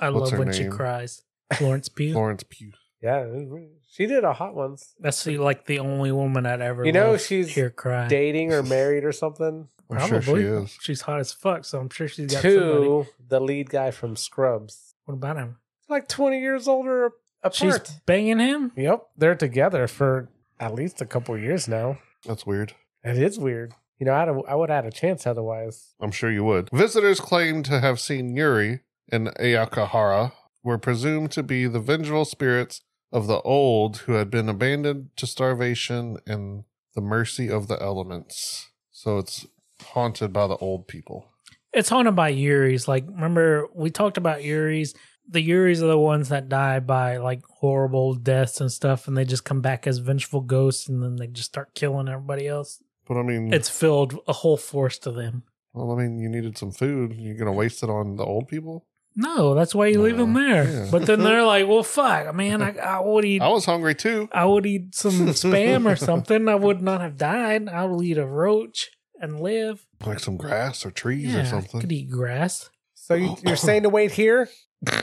I love
What's her
when she
name?
cries. Florence Pugh.
Florence Pugh.
Yeah, it was really- she did a hot ones.
That's the, like the only woman I'd ever.
You know,
loved
she's
here cry.
Dating
*laughs*
or married or something.
I'm sure she is.
She's hot as fuck, so I'm sure she's got somebody.
Two, the lead guy from Scrubs,
What about him?
like twenty years older apart.
She's banging him.
yep, they're together for at least a couple years now.
That's weird.
It is weird. You know, I'd have, I would have had a chance otherwise.
I'm sure you would. Visitors claim to have seen Yuri and Ayakahara were presumed to be the vengeful spirits of the old who had been abandoned to starvation and the mercy of the elements. So it's haunted by the old people.
It's haunted by Yuri's. Like, remember we talked about Yuri's. The Yuri's are the ones that die by like horrible deaths and stuff, and they just come back as vengeful ghosts, and then they just start killing everybody else.
But I mean,
It's filled a whole forest of them.
Well, I mean, you needed some food. You're gonna waste it on the old people.
No, that's why you leave them there.
Yeah.
*laughs*
But then they're like, "Well, fuck, man, I, I would eat,
I was hungry too.
I would eat
*laughs*
some spam or something. I would not have died. I would eat a roach and live.
Like some grass or trees
Yeah,
or
I could
something.
eat grass.
So
*laughs*
you, you're saying to wait here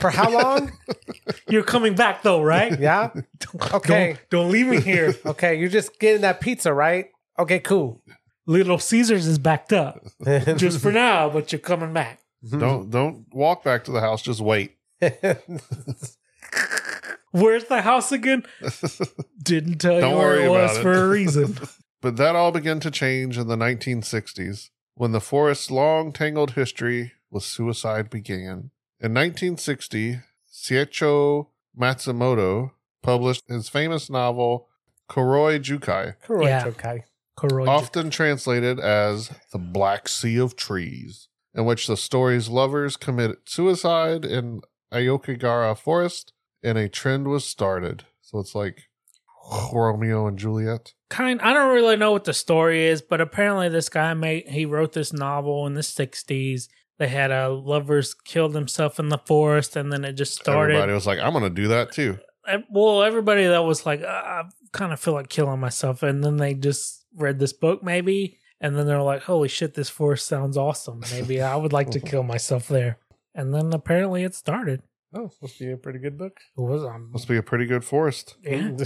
for how long?
You're coming back though,
*laughs*
right?
yeah. Okay.
Don't, don't leave me here.
Okay, you're just getting that pizza, right? Okay, cool. *laughs*
Little Caesars is backed up just for now, but you're coming back.
Don't don't walk back to the house. Just wait. *laughs*
Where's the house again? Didn't tell
Don't
you where
worry
it was
about it.
for a reason.
*laughs* But that all began to change in the 1960s when the forest's long tangled history with suicide began. In 1960, Seicho Matsumoto published his famous novel Koroi Jukai,
Correct,
Yeah.
okay.
Corroid.
often translated as the Black Sea of Trees, in which the story's lovers commit suicide in Aokigara Forest, and a trend was started. So it's like Romeo and Juliet.
kind I don't really know what the story is, but apparently this guy made he wrote this novel in the 60s. They had a lovers kill themselves in the forest and then it just started
Everybody was like, "I'm gonna do that too."
ev- well, everybody that was like, "Uh, I kind of feel like killing myself, and then they just read this book, maybe, and then they're like, holy shit, this forest sounds awesome. Maybe I would like to kill myself there. And then apparently it started.
Oh, it's supposed to be a pretty good book.
It was um,
Must be a pretty good forest.
*laughs* yeah.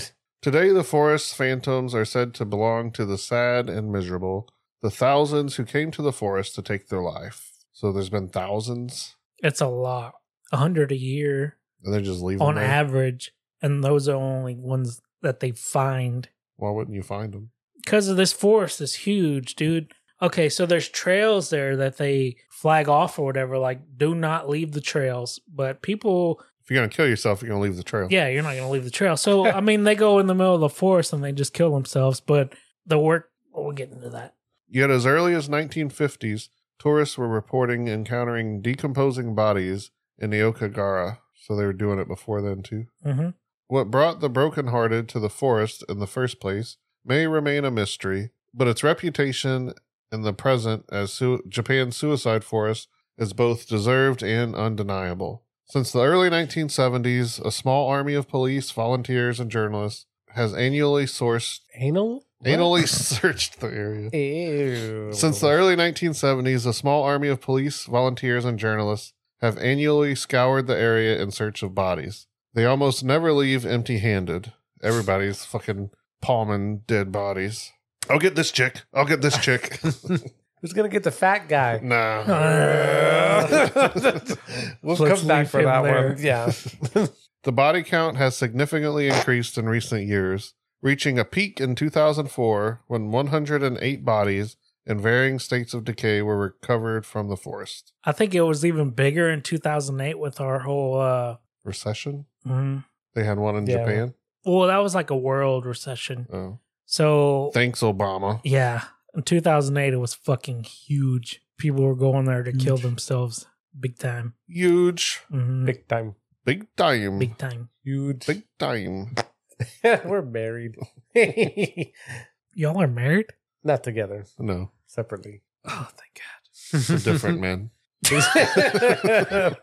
Today, the forest's phantoms are said to belong to the sad and miserable, the thousands who came to the forest to take their life. So there's been thousands,
it's a lot, a hundred a year
and they just leave
on
them there.
average, and those are only ones that they find
Why wouldn't you find them?
because of this forest is huge, dude. Okay, so there's trails there that they flag off or whatever, like do not leave the trails. But people
If you're going to kill yourself, you're going to leave the trail.
Yeah, you're not going to leave the trail. So, I mean, they go in the middle of the forest and they just kill themselves, but the work, oh, well, we'll get into that.
Yet as early as 1950s, tourists were reporting encountering decomposing bodies in the Okagara. So they were doing it before then too.
*laughs* hmm
What brought the brokenhearted to the forest in the first place may remain a mystery, but its reputation in the present as su- Japan's suicide forest is both deserved and undeniable. Since the early 1970s, a small army of police, volunteers, and journalists has annually sourced,
Anal?
annually *laughs* searched the area.
Ew.
Since the early 1970s, a small army of police, volunteers, and journalists have annually scoured the area in search of bodies. They almost never leave empty handed. Everybody's fucking palming dead bodies. I'll get this chick. I'll get *laughs* this chick.
Who's going to get the fat guy?
*laughs* nah.
we'll
Let's
come back
leave
for
him
that
there.
one. Yeah.
The body count has significantly increased in recent years, reaching a peak in 2004 when 108 bodies in varying states of decay were recovered from the forest.
I think it was even bigger in 2008 with our whole, uh,
Recession?
mhm.
They had one in
Yeah.
Japan.
well, that was like a world recession.
Oh.
So,
Thanks, Obama.
yeah, in 2008, it was fucking huge. People were going there to kill themselves big time.
Huge.
Mhm.
*laughs* Big time.
Big time. Big,
big time.
Huge. *laughs*
time.
We're married. *laughs*
Y'all are married?
Not together,
No.
*laughs* separately.
Oh, thank God.
It's a different man. *laughs*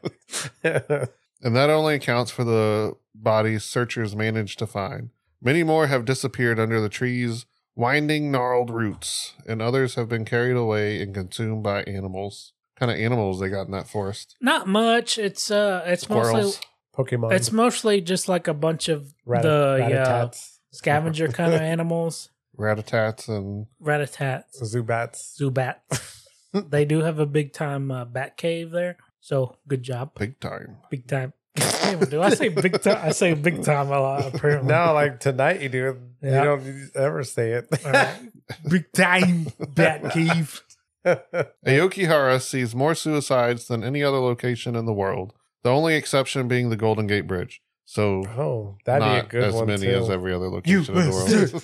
That's
And that only accounts for the bodies searchers managed to find. Many more have disappeared under the trees, winding gnarled roots, and others have been carried away and consumed by animals. kind of animals they got in that forest?
Not much. It's, uh, it's mostly,
Squirrels.
Pokemon.
it's mostly just like a bunch of
Rat-
the, yeah,
Ratatats,
*laughs*
scavenger kind of animals.
Ratatats and
Ratatats,
Zubats.
*laughs*
Zubats. they do have a big time uh, bat cave there. So good job.
big time.
Big time. *laughs* Damn, do I say big time? I say big time a lot, apparently.
*laughs* No, like tonight you do.
Yeah.
You don't ever say it.
Big time bat cave.
Aokihara sees more suicides than any other location in the world, the only exception being the Golden Gate Bridge. So
*laughs* oh, that'd
not
be a good
as
one
many
too.
as every other
*laughs*
location in the world.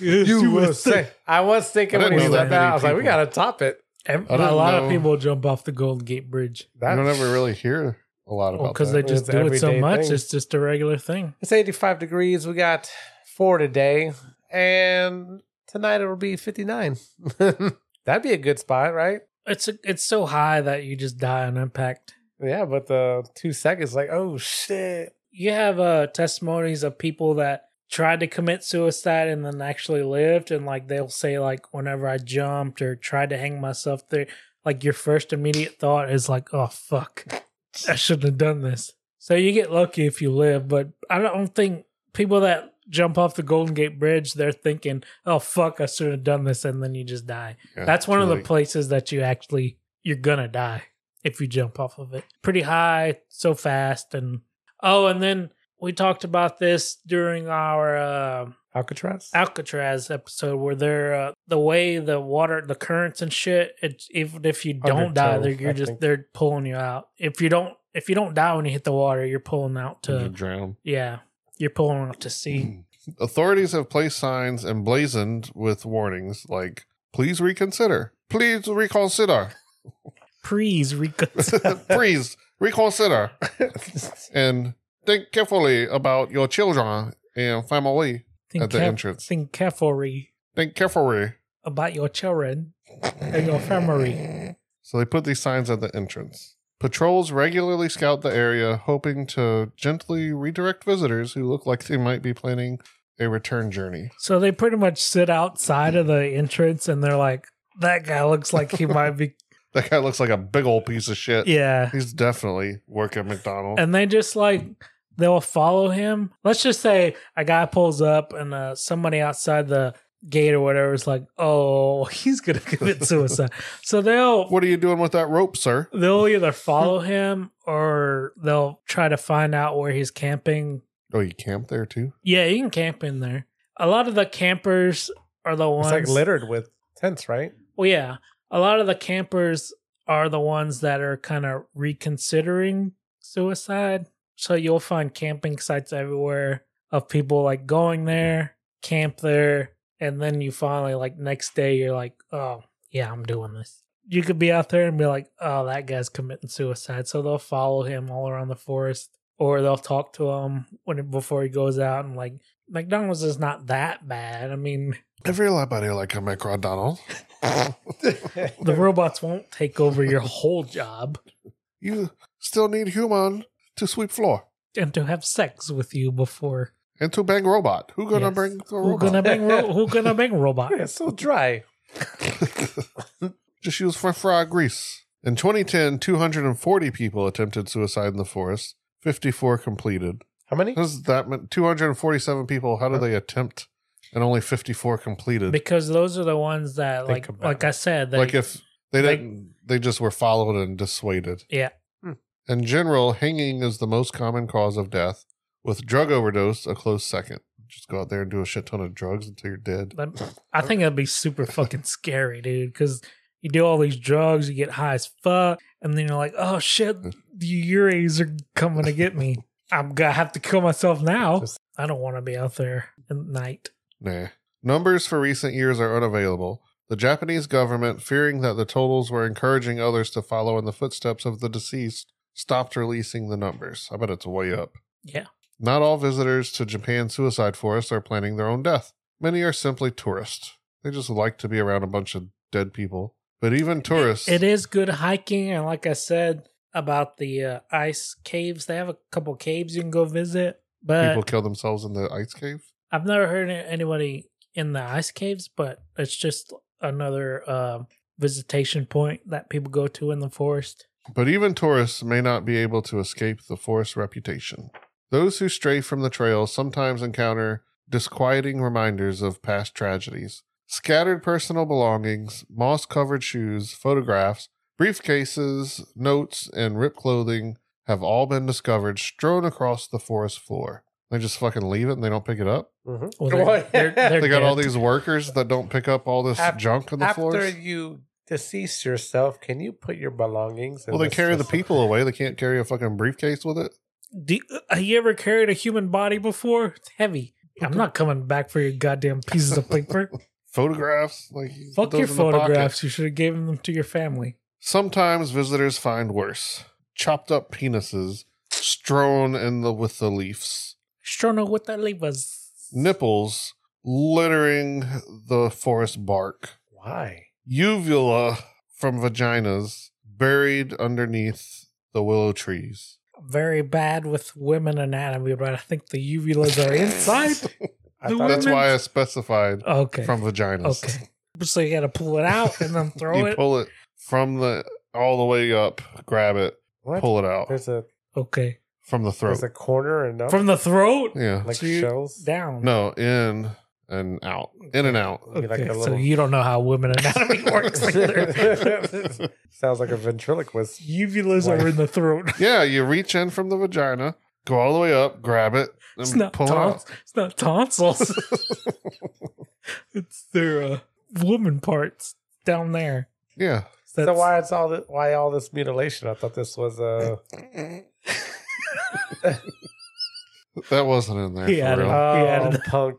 *laughs*
USA. I was thinking
I
when
didn't
he
know that
said that,
many
I was like, we
people.
gotta top it.
Ev-
I don't
A lot
know.
of people jump off the Golden Gate Bridge
I
That,
don't ever really hear a lot about
because
that.
they just
It's
do it so
everyday
much.
thing.
It's just a regular thing.
It's 85 degrees. We got four today, and tonight it'll be 59. *laughs* that'd be a good spot, right?
It's it's so high that you just die on impact.
Yeah, but the two seconds, like, oh shit.
You have uh, testimonies of people that tried to commit suicide and then actually lived, and like they'll say like whenever I jumped or tried to hang myself, there like your first immediate thought is like, oh fuck, I shouldn't have done this. So you get lucky if you live, but I don't think people that jump off the Golden Gate Bridge they're thinking, oh fuck, I should have done this, and then you just die.
Yeah,
That's one
too
of the
late.
places that you actually you're gonna die if you jump off of it. Pretty high, so fast, and oh, and then we talked about this during our uh,
Alcatraz?
Alcatraz episode where they're uh, the way the water, the currents and shit. It's even if you don't die,
Undertow,
they're you're
I
just
think.
they're pulling you out. If you don't, if you don't die when you hit the water, you're pulling out to
You drown.
yeah, you're pulling out to sea.
Authorities have placed signs emblazoned with warnings like "Please reconsider," "Please reconsider," *laughs*
Please reconsider.
"Please
*laughs*
reconsider," and think carefully about your children and family.
think
At the
caref-
entrance.
Think carefully
Think carefully.
about your children and your family.
So they put these signs at the entrance. Patrols regularly scout the area, hoping to gently redirect visitors who look like they might be planning a return journey. *laughs*
So they pretty much sit outside of the entrance and they're like, that guy looks like he
*laughs*
might be.
That guy looks like a big old piece of shit.
Yeah.
He's definitely working McDonald's.
And they just like, they'll follow him. Let's just say a guy pulls up and uh, somebody outside the gate or whatever is like, oh, *laughs* he's going
*laughs*
to commit suicide. so they'll.
what are you doing with that rope, sir?
They'll
*laughs*
either follow him or they'll try to find out where he's camping
Oh, you camp there too?
Yeah, you can camp in there. A lot of the campers are the
It's
ones.
like littered with tents, right?
Well, yeah, a lot of the campers are the ones that are kind of reconsidering suicide. So you'll find camping sites everywhere of people like going there, camp there, and then you finally like next day you're like, oh yeah, I'm doing this. You could be out there and be like, oh that guy's committing suicide, so they'll follow him all around the forest, or they'll talk to him when before he goes out and like McDonald's is not that bad. I mean,
Everybody like a McDonald.
the robots won't take over your whole job
you still need human to sweep floor
and to have sex with you before.
and to bang robot. Who gonna
Yes.
bring the
Who
robot?
gonna bang? Ro- who gonna
*laughs*
bang robot?
Oh, It's so dry.
Just use french fry grease. In 2010, 240 people attempted suicide in the forest. 54 completed.
How many?
How does that mean? 247 people. How do they attempt and only 54 completed?
Because those are the ones that,
They
like,
come back.
like I said, they,
like if they
they-
didn't, they just were followed and dissuaded.
yeah,
In general, hanging is the most common cause of death, with drug overdose a close second. Just go out there and do a shit ton of drugs until you're dead.
that- I think that'd be super fucking scary, dude. Because you do all these drugs, you get high as fuck, and then you're like, oh shit, the Uries are coming to get me. I'm gonna have to kill myself now.
Just-
I don't want to be out there at night.
Nah. Numbers for recent years are unavailable. The Japanese government, fearing that the totals were encouraging others to follow in the footsteps of the deceased, stopped releasing the numbers. I bet it's way up.
Yeah.
Not all visitors to Japan's suicide forest are planning their own death. Many are simply tourists. They just like to be around a bunch of dead people. But even tourists,
It is good hiking, and like I said about the uh, ice caves, they have a couple caves you can go visit. But
people kill themselves in the ice cave.
I've never heard a- anybody in the ice caves, but it's just another uh, visitation point that people go to in the forest.
But even tourists may not be able to escape the forest's reputation. Those who stray from the trail sometimes encounter disquieting reminders of past tragedies. Scattered personal belongings, moss covered shoes, photographs, briefcases, notes, and ripped clothing have all been discovered strewn across the forest floor. They just fucking leave it and they don't pick it up.
Mhm.
*laughs*
Well, they're,
*laughs*
they're, they're
They got all
dead.
these workers that don't pick up all this
Af-
junk on the
After
floors.
you decease yourself, can you put your belongings? in
Well, they
this-
carry the people away. They can't carry a fucking briefcase with it.
Do you- have you ever carried a human body before? It's heavy. I'm not coming back for your goddamn pieces of
*laughs*
paper.
photographs. Like you
Fuck
put those
your
in the pocket.
photographs. You should have given them to your family.
Sometimes visitors find worse: chopped up penises strewn in the with the leaves,
Sure know what that leaf was.
nipples littering the forest bark,
Why?
uvula from vaginas buried underneath the willow trees.
Very bad with women anatomy, but I think the uvulas
*laughs*
are inside.
I
The
thought
That's
it-
why I specified
Okay.
from vaginas.
okay. So you got to pull it out and
*laughs*
then throw
you
it.
pull it from the all the way up, grab it,
what?
pull it out
There's a
Okay.
from the throat.
there's a corner and up,
From the throat
yeah,
like
So you-
shells.
down.
no, in and out, in and out.
Be
Okay,
like a
so
little-
you don't know how women
*laughs*
anatomy works either.
*laughs* Sounds like a ventriloquist.
Uvulas are in the throat.
Yeah, you reach in from the vagina, go all the way up, grab it,
It's
and
not
pull it out.
tons- it's not tonsils.
*laughs*
it's their uh, woman parts down there.
Yeah.
so
That's-
why it's all this, why all this mutilation? I thought this
*laughs*
was
Oh.
a
That wasn't in there.
He
for
added-
real.
oh,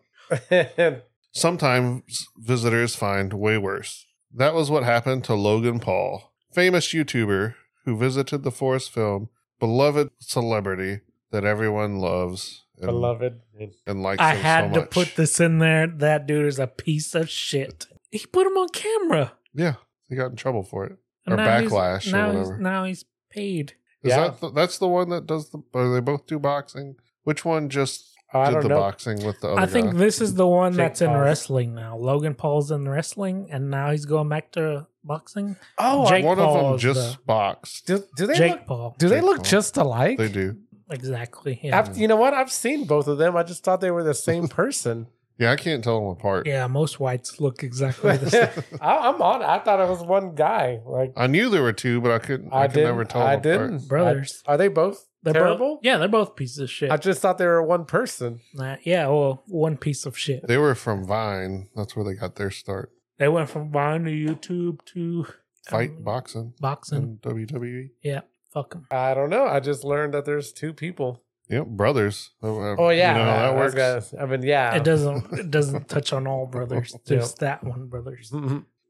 Yeah.
punk. *laughs*
Sometimes visitors find way worse. That was what happened to Logan Paul, famous YouTuber who visited the forest film, beloved celebrity that everyone loves and,
Beloved.
and likes.
I
him
had
so
to put
much.
this in there. That dude is a piece of shit. He put him on camera.
Yeah, he got in trouble for it.
And
Or
now he's-
backlash or
now he's-
whatever.
now he's paid.
Is
Yeah.
that the, that's the one that does the? Or they both do boxing. Which one just
I
did
don't
the
know.
boxing with the other?
I think
guy?
this is the one
Jake
that's in
Paul.
wrestling now. Logan Paul's in wrestling, and now he's going back to boxing.
Oh,
Jake
one of
Paul
them
is
just boxed.
do, do they
Jake
look?
Paul.
Do they
Jake
look
Paul.
just alike?
They do.
Exactly. Yeah.
I've, you know what? I've seen both of them. I just thought they were the
*laughs*
same
*laughs*
person.
Yeah, I can't tell them apart.
yeah, most whites look exactly
*laughs*
the same.
*laughs* I, I'm on. I thought it was one guy. Like
I knew there were two, but I couldn't. I,
I,
can
didn't.
never tell.
I
them apart.
didn't.
Brothers.
I- are they both
They're both-
terrible?
yeah, they're both pieces of shit.
I just thought they were one person.
Nah, yeah, well, one piece of shit.
They were from Vine. That's where they got their start.
They went from Vine to YouTube to
Fight Mm.
um,
boxing
boxing.
and WWE.
Yeah, fuck them.
I don't know. I just learned that there's two people.
Yep, brothers. uh,
Oh yeah,
you know how that
I was
works.
gonna- I mean,
Oh.
yeah,
It doesn't it doesn't
*laughs*
touch on all brothers, just that one brothers.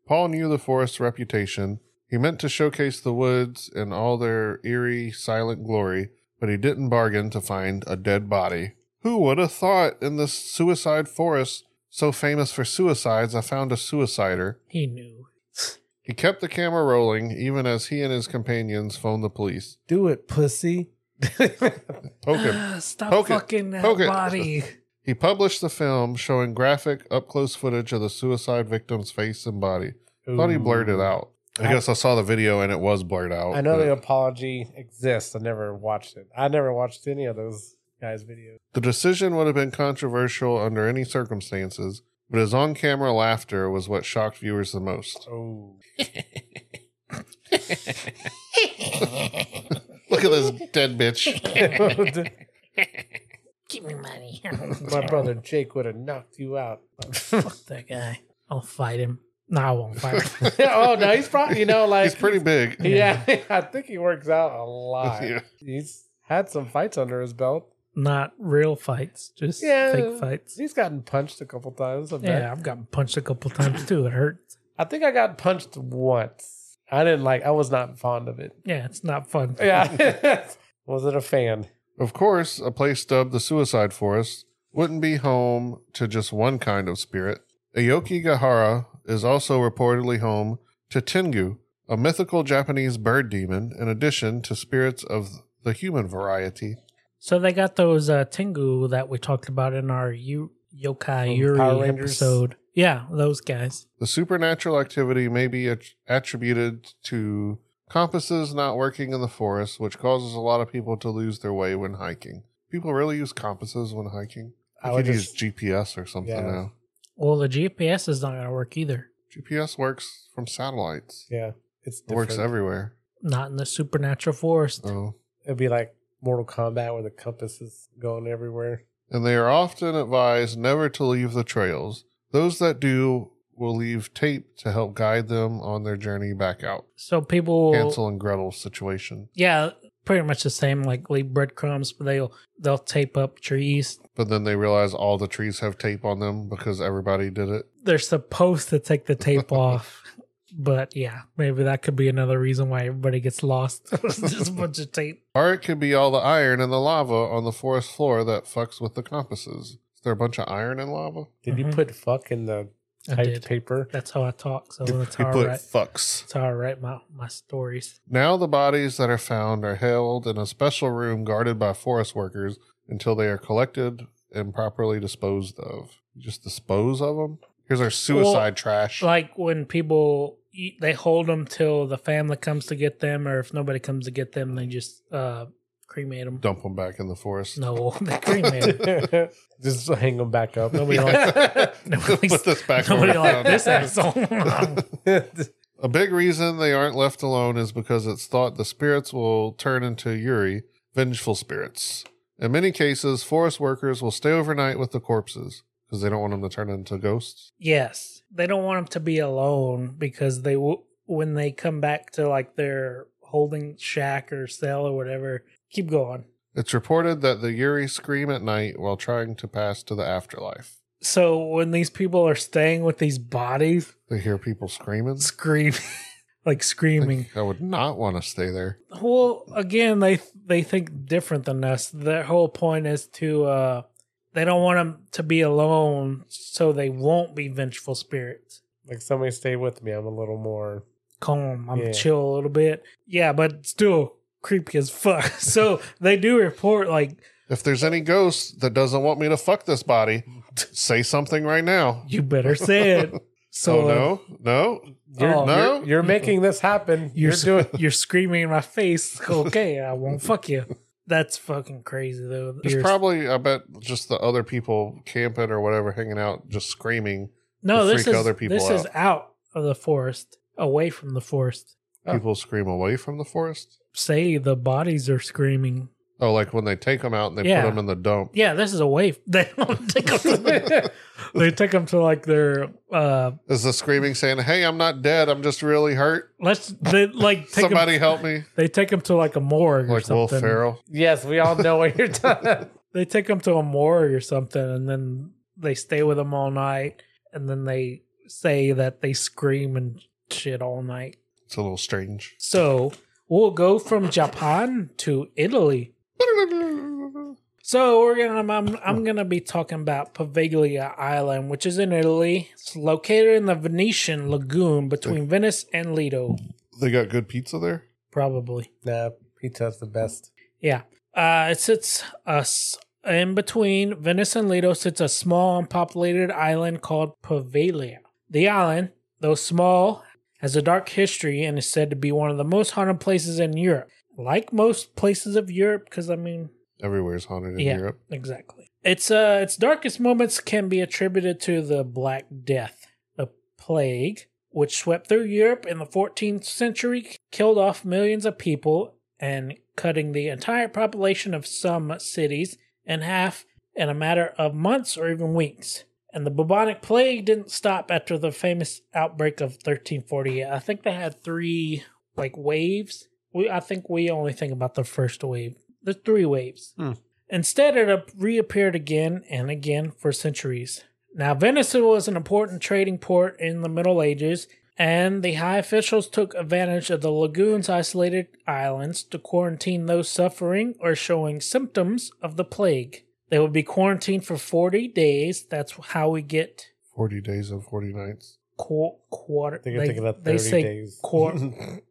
Paul knew the forest's reputation. He meant to showcase the woods in all their eerie, silent glory, but he didn't bargain to find a dead body. Who would have thought in this suicide forest, so famous for suicides, I found a suicider?
He knew.
He kept the camera rolling even as he and his companions phoned the police.
*laughs* Do it,
*laughs*
pussy.
*sighs*
Poke him.
Stop
Poke it.
fucking uh, that
Poke
*laughs*
it.
body.
He published the film showing graphic, up close footage of the suicide victim's face and body. Thought he blurred it out. I,
I-
guess I saw the video and it was blurred out.
I know
but-
the apology exists. I never watched it. I never watched any of those guys' videos.
The decision would have been controversial under any circumstances, but his on camera laughter was what shocked viewers the most.
*laughs* Oh,
Look at this dead bitch.
Give me money. *laughs*
my brother Jake would have knocked you
*laughs*
out.
Fuck that guy. I'll fight him. No, I won't fight
*laughs*
him.
*laughs* oh no, he's probably you know like
He's pretty big.
*laughs* yeah. I think he works out a lot.
Yeah.
He's had some fights under his belt.
Not real fights, just
Yeah.
fake fights.
He's gotten punched a couple times. I bet.
Yeah, I've gotten punched a couple times too. It hurts.
I think I got punched once. I didn't like. I was not fond of
*laughs*
it.
Yeah, it's not fun.
Yeah, *laughs* wasn't a fan.
Of course, a place dubbed the Suicide Forest wouldn't be home to just one kind of spirit. Aoki Gahara is also reportedly home to Tengu, a mythical Japanese bird demon, in addition to spirits of the human variety.
So they got those uh, Tengu that we talked about in our Yu- Yokai
Power
Yuri
Rangers?
episode. Yeah, those guys.
The supernatural activity may be at- attributed to compasses not working in the forest, which causes a lot of people to lose their way when hiking. People really use compasses when hiking. I
I
could
would
use
just
GPS or something
Yeah.
now.
Well, the GPS is not going to work either.
GPS works from satellites.
yeah. It's
It works
different.
everywhere.
Not in the supernatural forest.
Oh.
It'd be like Mortal Kombat where the compass is going everywhere.
And they are often advised never to leave the trails. Those that do will leave tape to help guide them on their journey back out.
So people,
Hansel and Gretel situation.
yeah, pretty much the same. Like leave breadcrumbs, but they'll they'll tape up trees.
But then they realize all the trees have tape on them because everybody did it.
They're supposed to take the tape off, but yeah, maybe that could be another reason why everybody gets lost. *laughs* Just a bunch of tape.
Or it could be all the iron and the lava on the forest floor that fucks with the compasses. Is there a bunch of iron and lava?
Did you
Mhm.
put fuck in the
I
typed
did.
*laughs*
paper? *laughs*
That's how I talk. So that's
He
how I
put
write.
fucks.
That's how I write my my stories.
Now the bodies that are found are held in a special room guarded by forest workers until they are collected and properly disposed of. You just dispose of them. Here's our suicide
Well,
trash.
like when people eat, they hold them till the family comes to get them, or if nobody comes to get them, they just uh, cremate them.
Dump them back in the forest.
No, *laughs* they cremate 'em.
Just hang them back up.
Nobody
*laughs*
*laughs*
like *laughs* nobody's-
Put this back
Nobody
over
like
the *laughs*
this asshole.
A big reason they aren't left alone is because it's thought the spirits will turn into Yuri, vengeful spirits. In many cases, forest workers will stay overnight with the corpses because they don't want them to turn into ghosts.
yes, they don't want them to be alone because they will when they come back to like their holding shack or cell or whatever. Keep going.
It's reported that the Yuri scream at night while trying to pass to the afterlife.
So when these people are staying with these bodies, *laughs*
They hear people screaming.
screaming, like
I,
screaming.
think I would not want to stay there.
well again they they think different than us their whole point is to uh they don't want them to be alone so they won't be vengeful spirits
*laughs* like somebody stay with me. I'm a little more.
calm i'm
Yeah.
chill a little bit yeah but still creepy as fuck *laughs* so they do report like
If there's any ghost that doesn't want me to fuck this body, *laughs* say something right now.
you better say it so
*laughs*
uh,
oh no, no,
You're,
Oh.
No?
you're, you're making this happen.
you're
You're,
s-
doing.
*laughs* you're screaming in my face *laughs* okay i
*laughs*
won't fuck you that's fucking crazy though
There's
You're-
probably, I bet, just the other people camping or whatever, hanging out, just screaming.
no
to
this
freak
is
other people
this is out of the forest away from the forest
Oh.
People scream away from the forest.
say the bodies are screaming.
Oh, like when they take them out and they
Yeah.
put them in the dump.
Yeah, this is a wave. *laughs* They don't take
*laughs*
them. To, they take them to like their uh.
Is the screaming saying, "Hey, I'm not dead. I'm just really hurt.
Let's they like take 'em-
Somebody help me!"
They take them to like a morgue or
Like Will
something.
Ferrell.
Yes, we all know what you're done. *laughs*
they take them to a morgue or something, and then they stay with them all night, and then they say that they scream and shit all night.
It's a little strange.
So we'll go from Japan to Italy. So we're gonna I'm, I'm gonna be talking about Paviglia Island, which is in Italy. It's located in the Venetian lagoon between Venice and Lido,
They got good pizza there.
probably.
nah, pizza's the best.
Yeah. Uh, it sits us in between Venice and Lido sits a small unpopulated island called Paviglia. The island, though small, has a dark history and is said to be one of the most haunted places in Europe. Like most places of Europe, because I mean,
Everywhere's haunted in
Yeah.
Europe.
Exactly. Its uh, its darkest moments can be attributed to the Black Death, a plague which swept through Europe in the 14th century, killed off millions of people, and cutting the entire population of some cities in half in a matter of months or even weeks. And the bubonic plague didn't stop after the famous outbreak of 1348. I think they had three like waves. We I think we only think about the first wave. There's three waves. Instead, it ap- reappeared again and again for centuries. Now, Venice was an important trading port in the Middle Ages, and the high officials took advantage of the lagoon's isolated islands to quarantine those suffering or showing symptoms of the plague. They would be quarantined for 40 days. That's how we get
Forty days and forty nights.
qu- quarter.
They're thinking of 30 days. *laughs*
quar-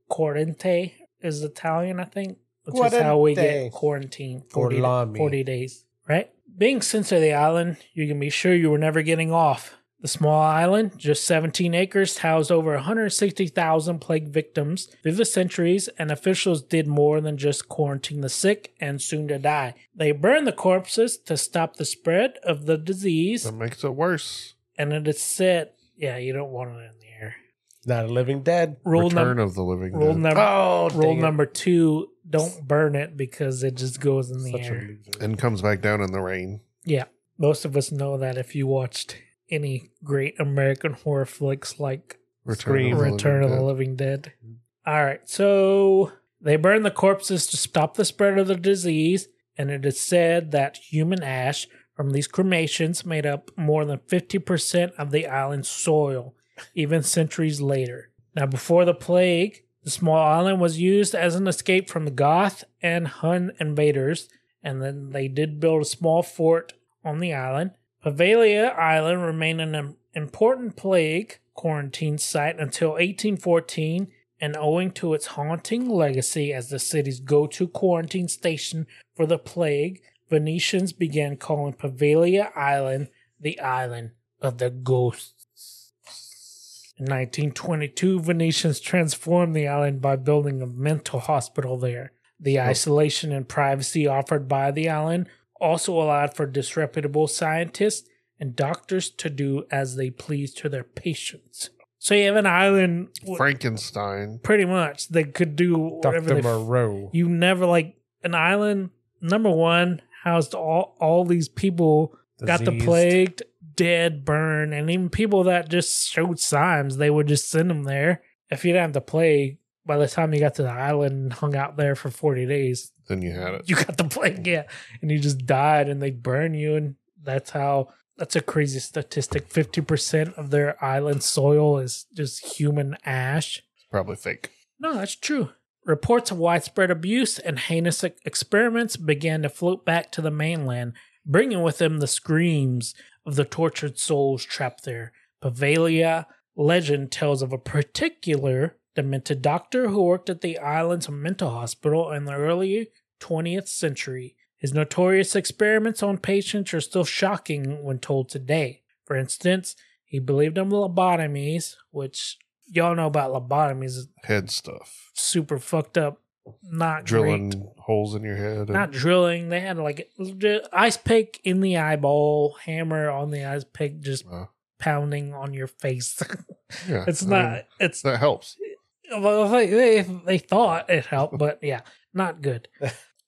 quarante is Italian, I think, which is how we
Quarante.
get quarantine 40,
Forlami.
40 days, right? Being sent to the island, you can be sure you were never getting off. The small island, just 17 acres, housed over 160,000 plague victims through the centuries, and officials did more than just quarantine the sick and soon to die. They burned the corpses to stop the spread of the disease,
That makes it worse.
and it is said, yeah, you don't want it in the air.
Not a living dead.
Rule,
Return
num-
of the Living
rule
Dead.
number
Oh,
rule
dang it.
number two don't burn it because it just goes in the
Such a
air
loser.
and comes back down in the rain.
yeah most of us know that if you watched any great american horror flicks like
Return of the
return of
Living
the
Dead.
living dead all right so they burn the corpses to stop the spread of the disease and it is said that human ash from these cremations made up more than 50% of the island's soil even centuries later. Now, before the plague, the small island was used as an escape from the Goth and Hun invaders, and then they did build a small fort on the island. Pavalia Island remained an im- important plague quarantine site until 1814, and owing to its haunting legacy as the city's go to quarantine station for the plague, Venetians began calling Pavalia Island the island of the ghosts. In 1922, Venetians transformed the island by building a mental hospital there. The isolation and privacy offered by the island also allowed for disreputable scientists and doctors to do as they pleased to their patients. So you have an island, w-
Frankenstein.
pretty much, that could do whatever
Dr.
they f-
Moreau.
you never like an island number one housed all all these people got the
Diseased.
plagued dead burned and even people that just showed signs they would just send them there if you didn't have the plague by the time you got to the island and hung out there for 40 days *laughs*
Then you had it.
you got the plague yeah and you just died and they burn you and that's how that's a crazy statistic 50% of their island soil is just human ash
It's probably fake.
no, that's true. Reports of widespread abuse and heinous e- experiments began to float back to the mainland, bringing with them the screams of the tortured souls trapped there. Pavalia legend tells of a particular demented doctor who worked at the island's mental hospital in the early 20th century. His notorious experiments on patients are still shocking when told today. For instance, he believed in lobotomies, which y'all know about lobotomies
Head stuff.
super fucked up, not
Drilling
great.
holes in your head. and-
Not drilling. They had like ice pick in the eyeball, hammer on the ice pick, just
Uh,
pounding on your face. *laughs*
yeah.
it's
I
not.
mean,
it's
that helps.
well, they, they they thought it helped, but yeah, not good.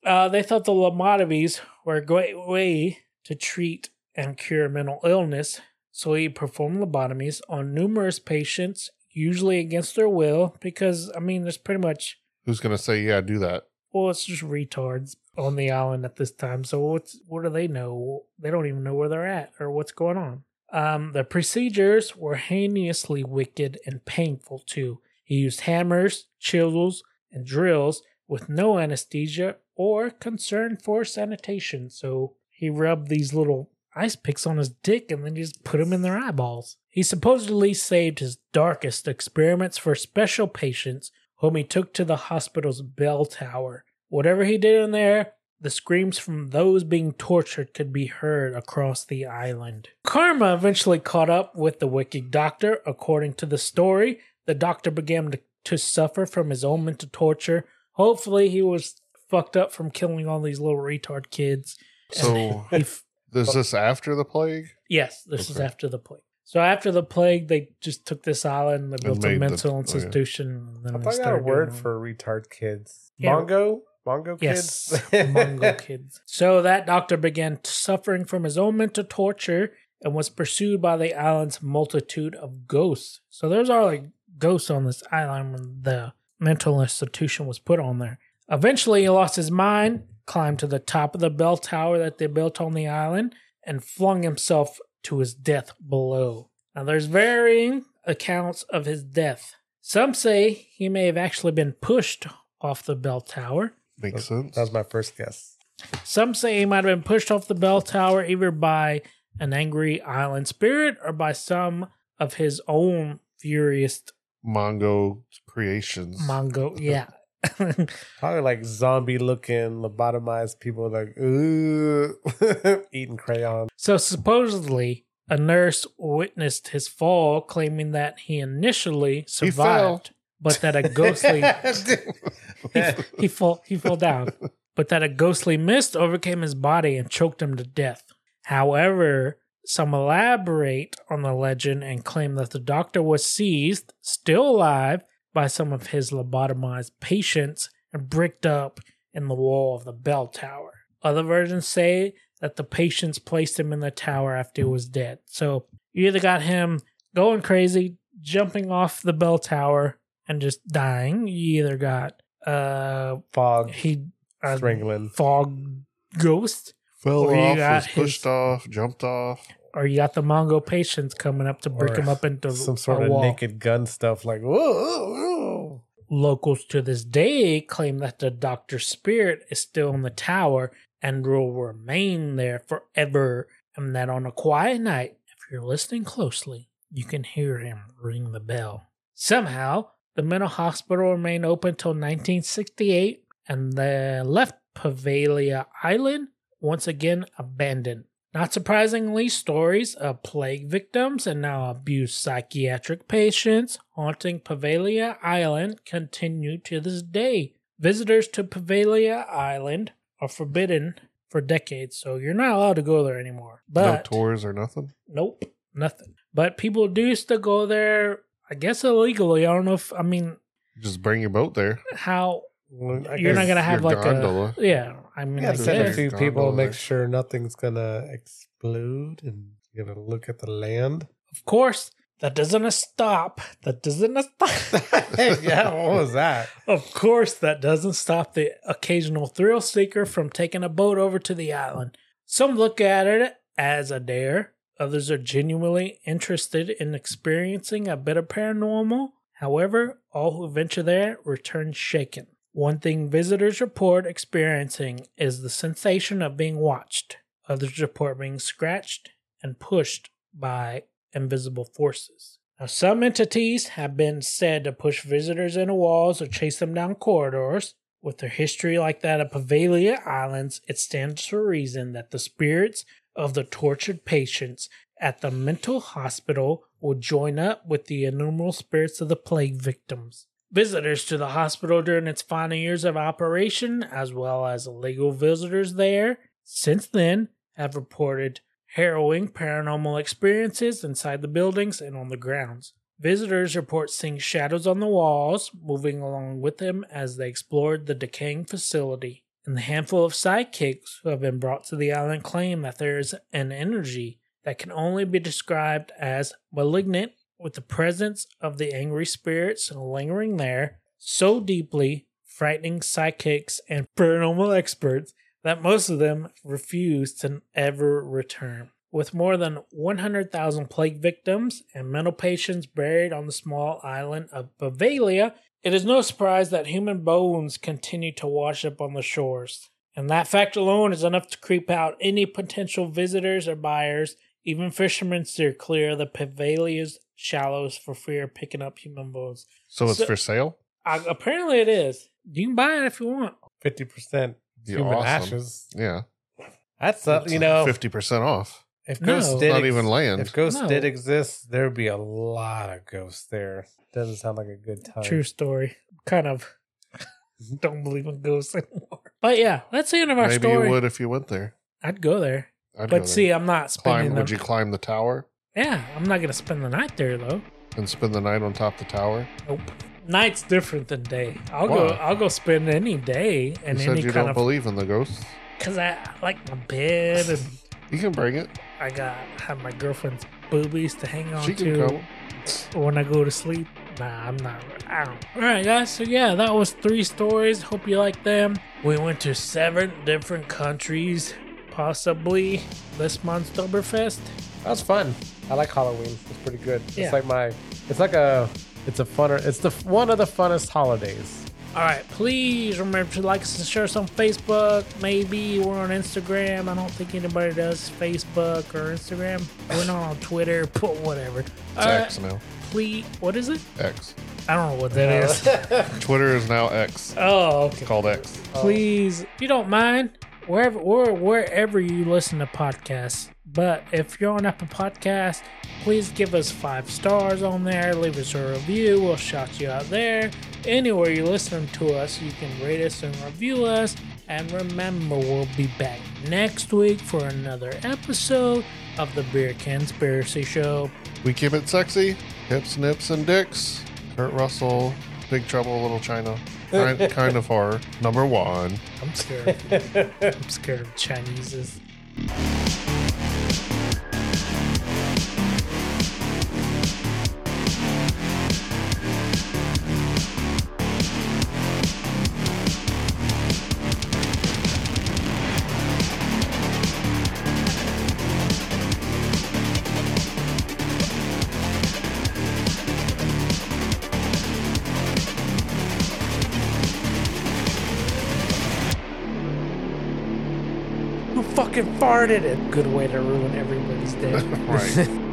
Uh, they thought the Lamadavis were a great way to treat and cure mental illness, so he performed lobotomies on numerous patients, usually against their will, because, I mean, there's pretty much,
Who's going to say, yeah,
*laughs*
do that?
well, it's just retards on the island at this time, so what's, what do they know? They don't even know where they're at or what's going on. Um, the procedures were heinously wicked and painful, too. He used hammers, chisels, and drills with no anesthesia or concern for sanitation. So he rubbed these little ice picks on his dick and then just put them in their eyeballs. He supposedly saved his darkest experiments for special patients whom he took to the hospital's bell tower. Whatever he did in there, the screams from those being tortured could be heard across the island. Karma eventually caught up with the wicked doctor. According to the story, the doctor began to, to suffer from his own mental torture. Hopefully, he was fucked up from killing all these little retard kids.
So
He
*laughs*
f-
is this after the plague?
yes, this is
Okay.
after the plague. So after the plague, they just took this island, they built a
made the-
mental
oh, yeah.
institution. And then
I
they
thought I got a
started
word
doing-
for retard kids.
Yeah.
Mongo? Mongo
Yes,
kids? *laughs*
*laughs* Mongol kids. So that doctor began suffering from his own mental torture and was pursued by the island's multitude of ghosts. So there's all like ghosts on this island when the mental institution was put on there. Eventually, he lost his mind, climbed to the top of the bell tower that they built on the island, and flung himself to his death below. Now, there's varying accounts of his death. Some say he may have actually been pushed off the bell tower.
Makes sense.
That was my first guess.
Some say he might have been pushed off the bell tower either by an angry island spirit or by some of his own furious
Mongo creations.
Mongo. Yeah. *laughs*
Probably like zombie looking, lobotomized people like, ooh, *laughs* eating crayon.
so supposedly, a nurse witnessed his fall, claiming that he initially survived, but that a
*laughs*
ghostly he fell he fell down, but that a ghostly mist overcame his body and choked him to death. However, some elaborate on the legend and claim that the doctor was seized, still alive, by some of his lobotomized patients and bricked up in the wall of the bell tower. Other versions say that the patients placed him in the tower after he was dead. So you either got him going crazy, jumping off the bell tower and just dying. You either got uh
Fog.
he uh,
Strangling.
fog ghost,
Fell
Or you
off,
got
was pushed
his-
off, jumped off.
or you got the Mongo patients coming up to brick
Or
him up into
Some
a
sort of
wall.
naked gun stuff like, whoa, whoa,
Locals to this day claim that the Doctor's spirit is still in the tower and will remain there forever, and that on a quiet night, if you're listening closely, you can hear him ring the bell. Somehow, the mental hospital remained open till 1968, and they left Pavelia Island once again abandoned. Not surprisingly, stories of plague victims and now abused psychiatric patients haunting Pavelia Island continue to this day. Visitors to Pavelia Island are forbidden for decades, so you're not allowed to go there anymore. But
no tours or nothing.
Nope, nothing. But people do still go there, I guess illegally. I don't know if I mean
Just bring your boat there.
how
whoa. I
you're not
guess-
gonna have
your
like
gondola.
a yeah. I mean,
Yeah,
I
send a
guess.
fair.
few people,
Gondola.
make sure nothing's gonna explode, and you're gonna look at the land. *laughs*
of course that doesn't stop. That doesn't *laughs* stop.
yeah, what was that?
Of course, that doesn't stop the occasional thrill seeker from taking a boat over to the island. Some look at it as a dare, others are genuinely interested in experiencing a bit of paranormal. However, all who venture there return shaken. One thing visitors report experiencing is the sensation of being watched, others report being scratched and pushed by invisible forces. Now, some entities have been said to push visitors into walls or chase them down corridors. With their history like that of Pavelia Islands, it stands to reason that the spirits of the tortured patients at the mental hospital will join up with the innumerable spirits of the plague victims. Visitors to the hospital during its final years of operation, as well as illegal visitors there, since then have reported harrowing paranormal experiences inside the buildings and on the grounds. Visitors report seeing shadows on the walls moving along with them as they explored the decaying facility. and the handful of sidekicks who have been brought to the island claim that there is an energy that can only be described as malignant, with the presence of the angry spirits lingering there so deeply, frightening psychics and paranormal experts that most of them refuse to ever return. With more than 100,000 plague victims and mental patients buried on the small island of Bavalia, it is no surprise that human bones continue to wash up on the shores. And that fact alone is enough to creep out any potential visitors or buyers, even fishermen steer clear of the Pavalia's shallows for fear of picking up human bones.
So it's
So-
for sale.
Uh, apparently, it is. You can buy it if you want.
Fifty percent
Yeah,
human
awesome.
ashes.
Yeah,
That's uh, you know,
fifty percent off.
if
No.
ghosts did
Not
ex-
even land.
If ghosts
No.
did exist, there'd be a lot of ghosts there. Doesn't sound like a good time.
True story. Kind
*laughs*
of don't believe in ghosts anymore. But yeah, that's the end of our
Maybe
story.
you would if you went there.
I'd go there.
I'd go
but
there.
see, I'm not spending
climb.
them.
Would you climb the tower
Yeah, I'm not gonna spend the night there though.
and spend the night on top of the tower?
Nope. Night's different than day. I'll go.
Why?
I'll go spend any day and any
you said you
kind
don't
of
believe in the ghosts.
because I, I like my bed and
You can bring it.
I got have my girlfriend's boobies to hang on
She can
to
come.
when I go to sleep. Nah, I'm not. I don't. All right, guys. So yeah, that was three stories. Hope you liked them. We went to seven different countries, possibly this Monsterberfest.
That was fun. I like Halloween. It's pretty good.
Yeah.
It's like my. It's like a. It's a funner. It's the one of the funnest holidays.
All right, please remember to like us and share us on Facebook. Maybe we're on Instagram. I don't think anybody does Facebook or Instagram. We're not on Twitter, *laughs* but whatever. All
It's X
right,
now.
please, what is it?
X.
I don't know what that is.
Twitter is now X.
Oh, okay.
Called X.
Please, if you don't mind, wherever or wherever you listen to podcasts. But if you're on Apple Podcasts, please give us five stars on there. Leave us a review. We'll shout you out there. Anywhere you listen to us, you can rate us and review us. And remember, we'll be back next week for another episode of the Beer Conspiracy Show.
We keep it sexy. Hips, nips, and dicks. Kurt Russell. Big Trouble, Little China. Kind, kind of horror. Number one.
I'm *laughs* scared. I'm scared of Chinese's. Who fucking farted? A good way to ruin everybody's day. *laughs*
Right.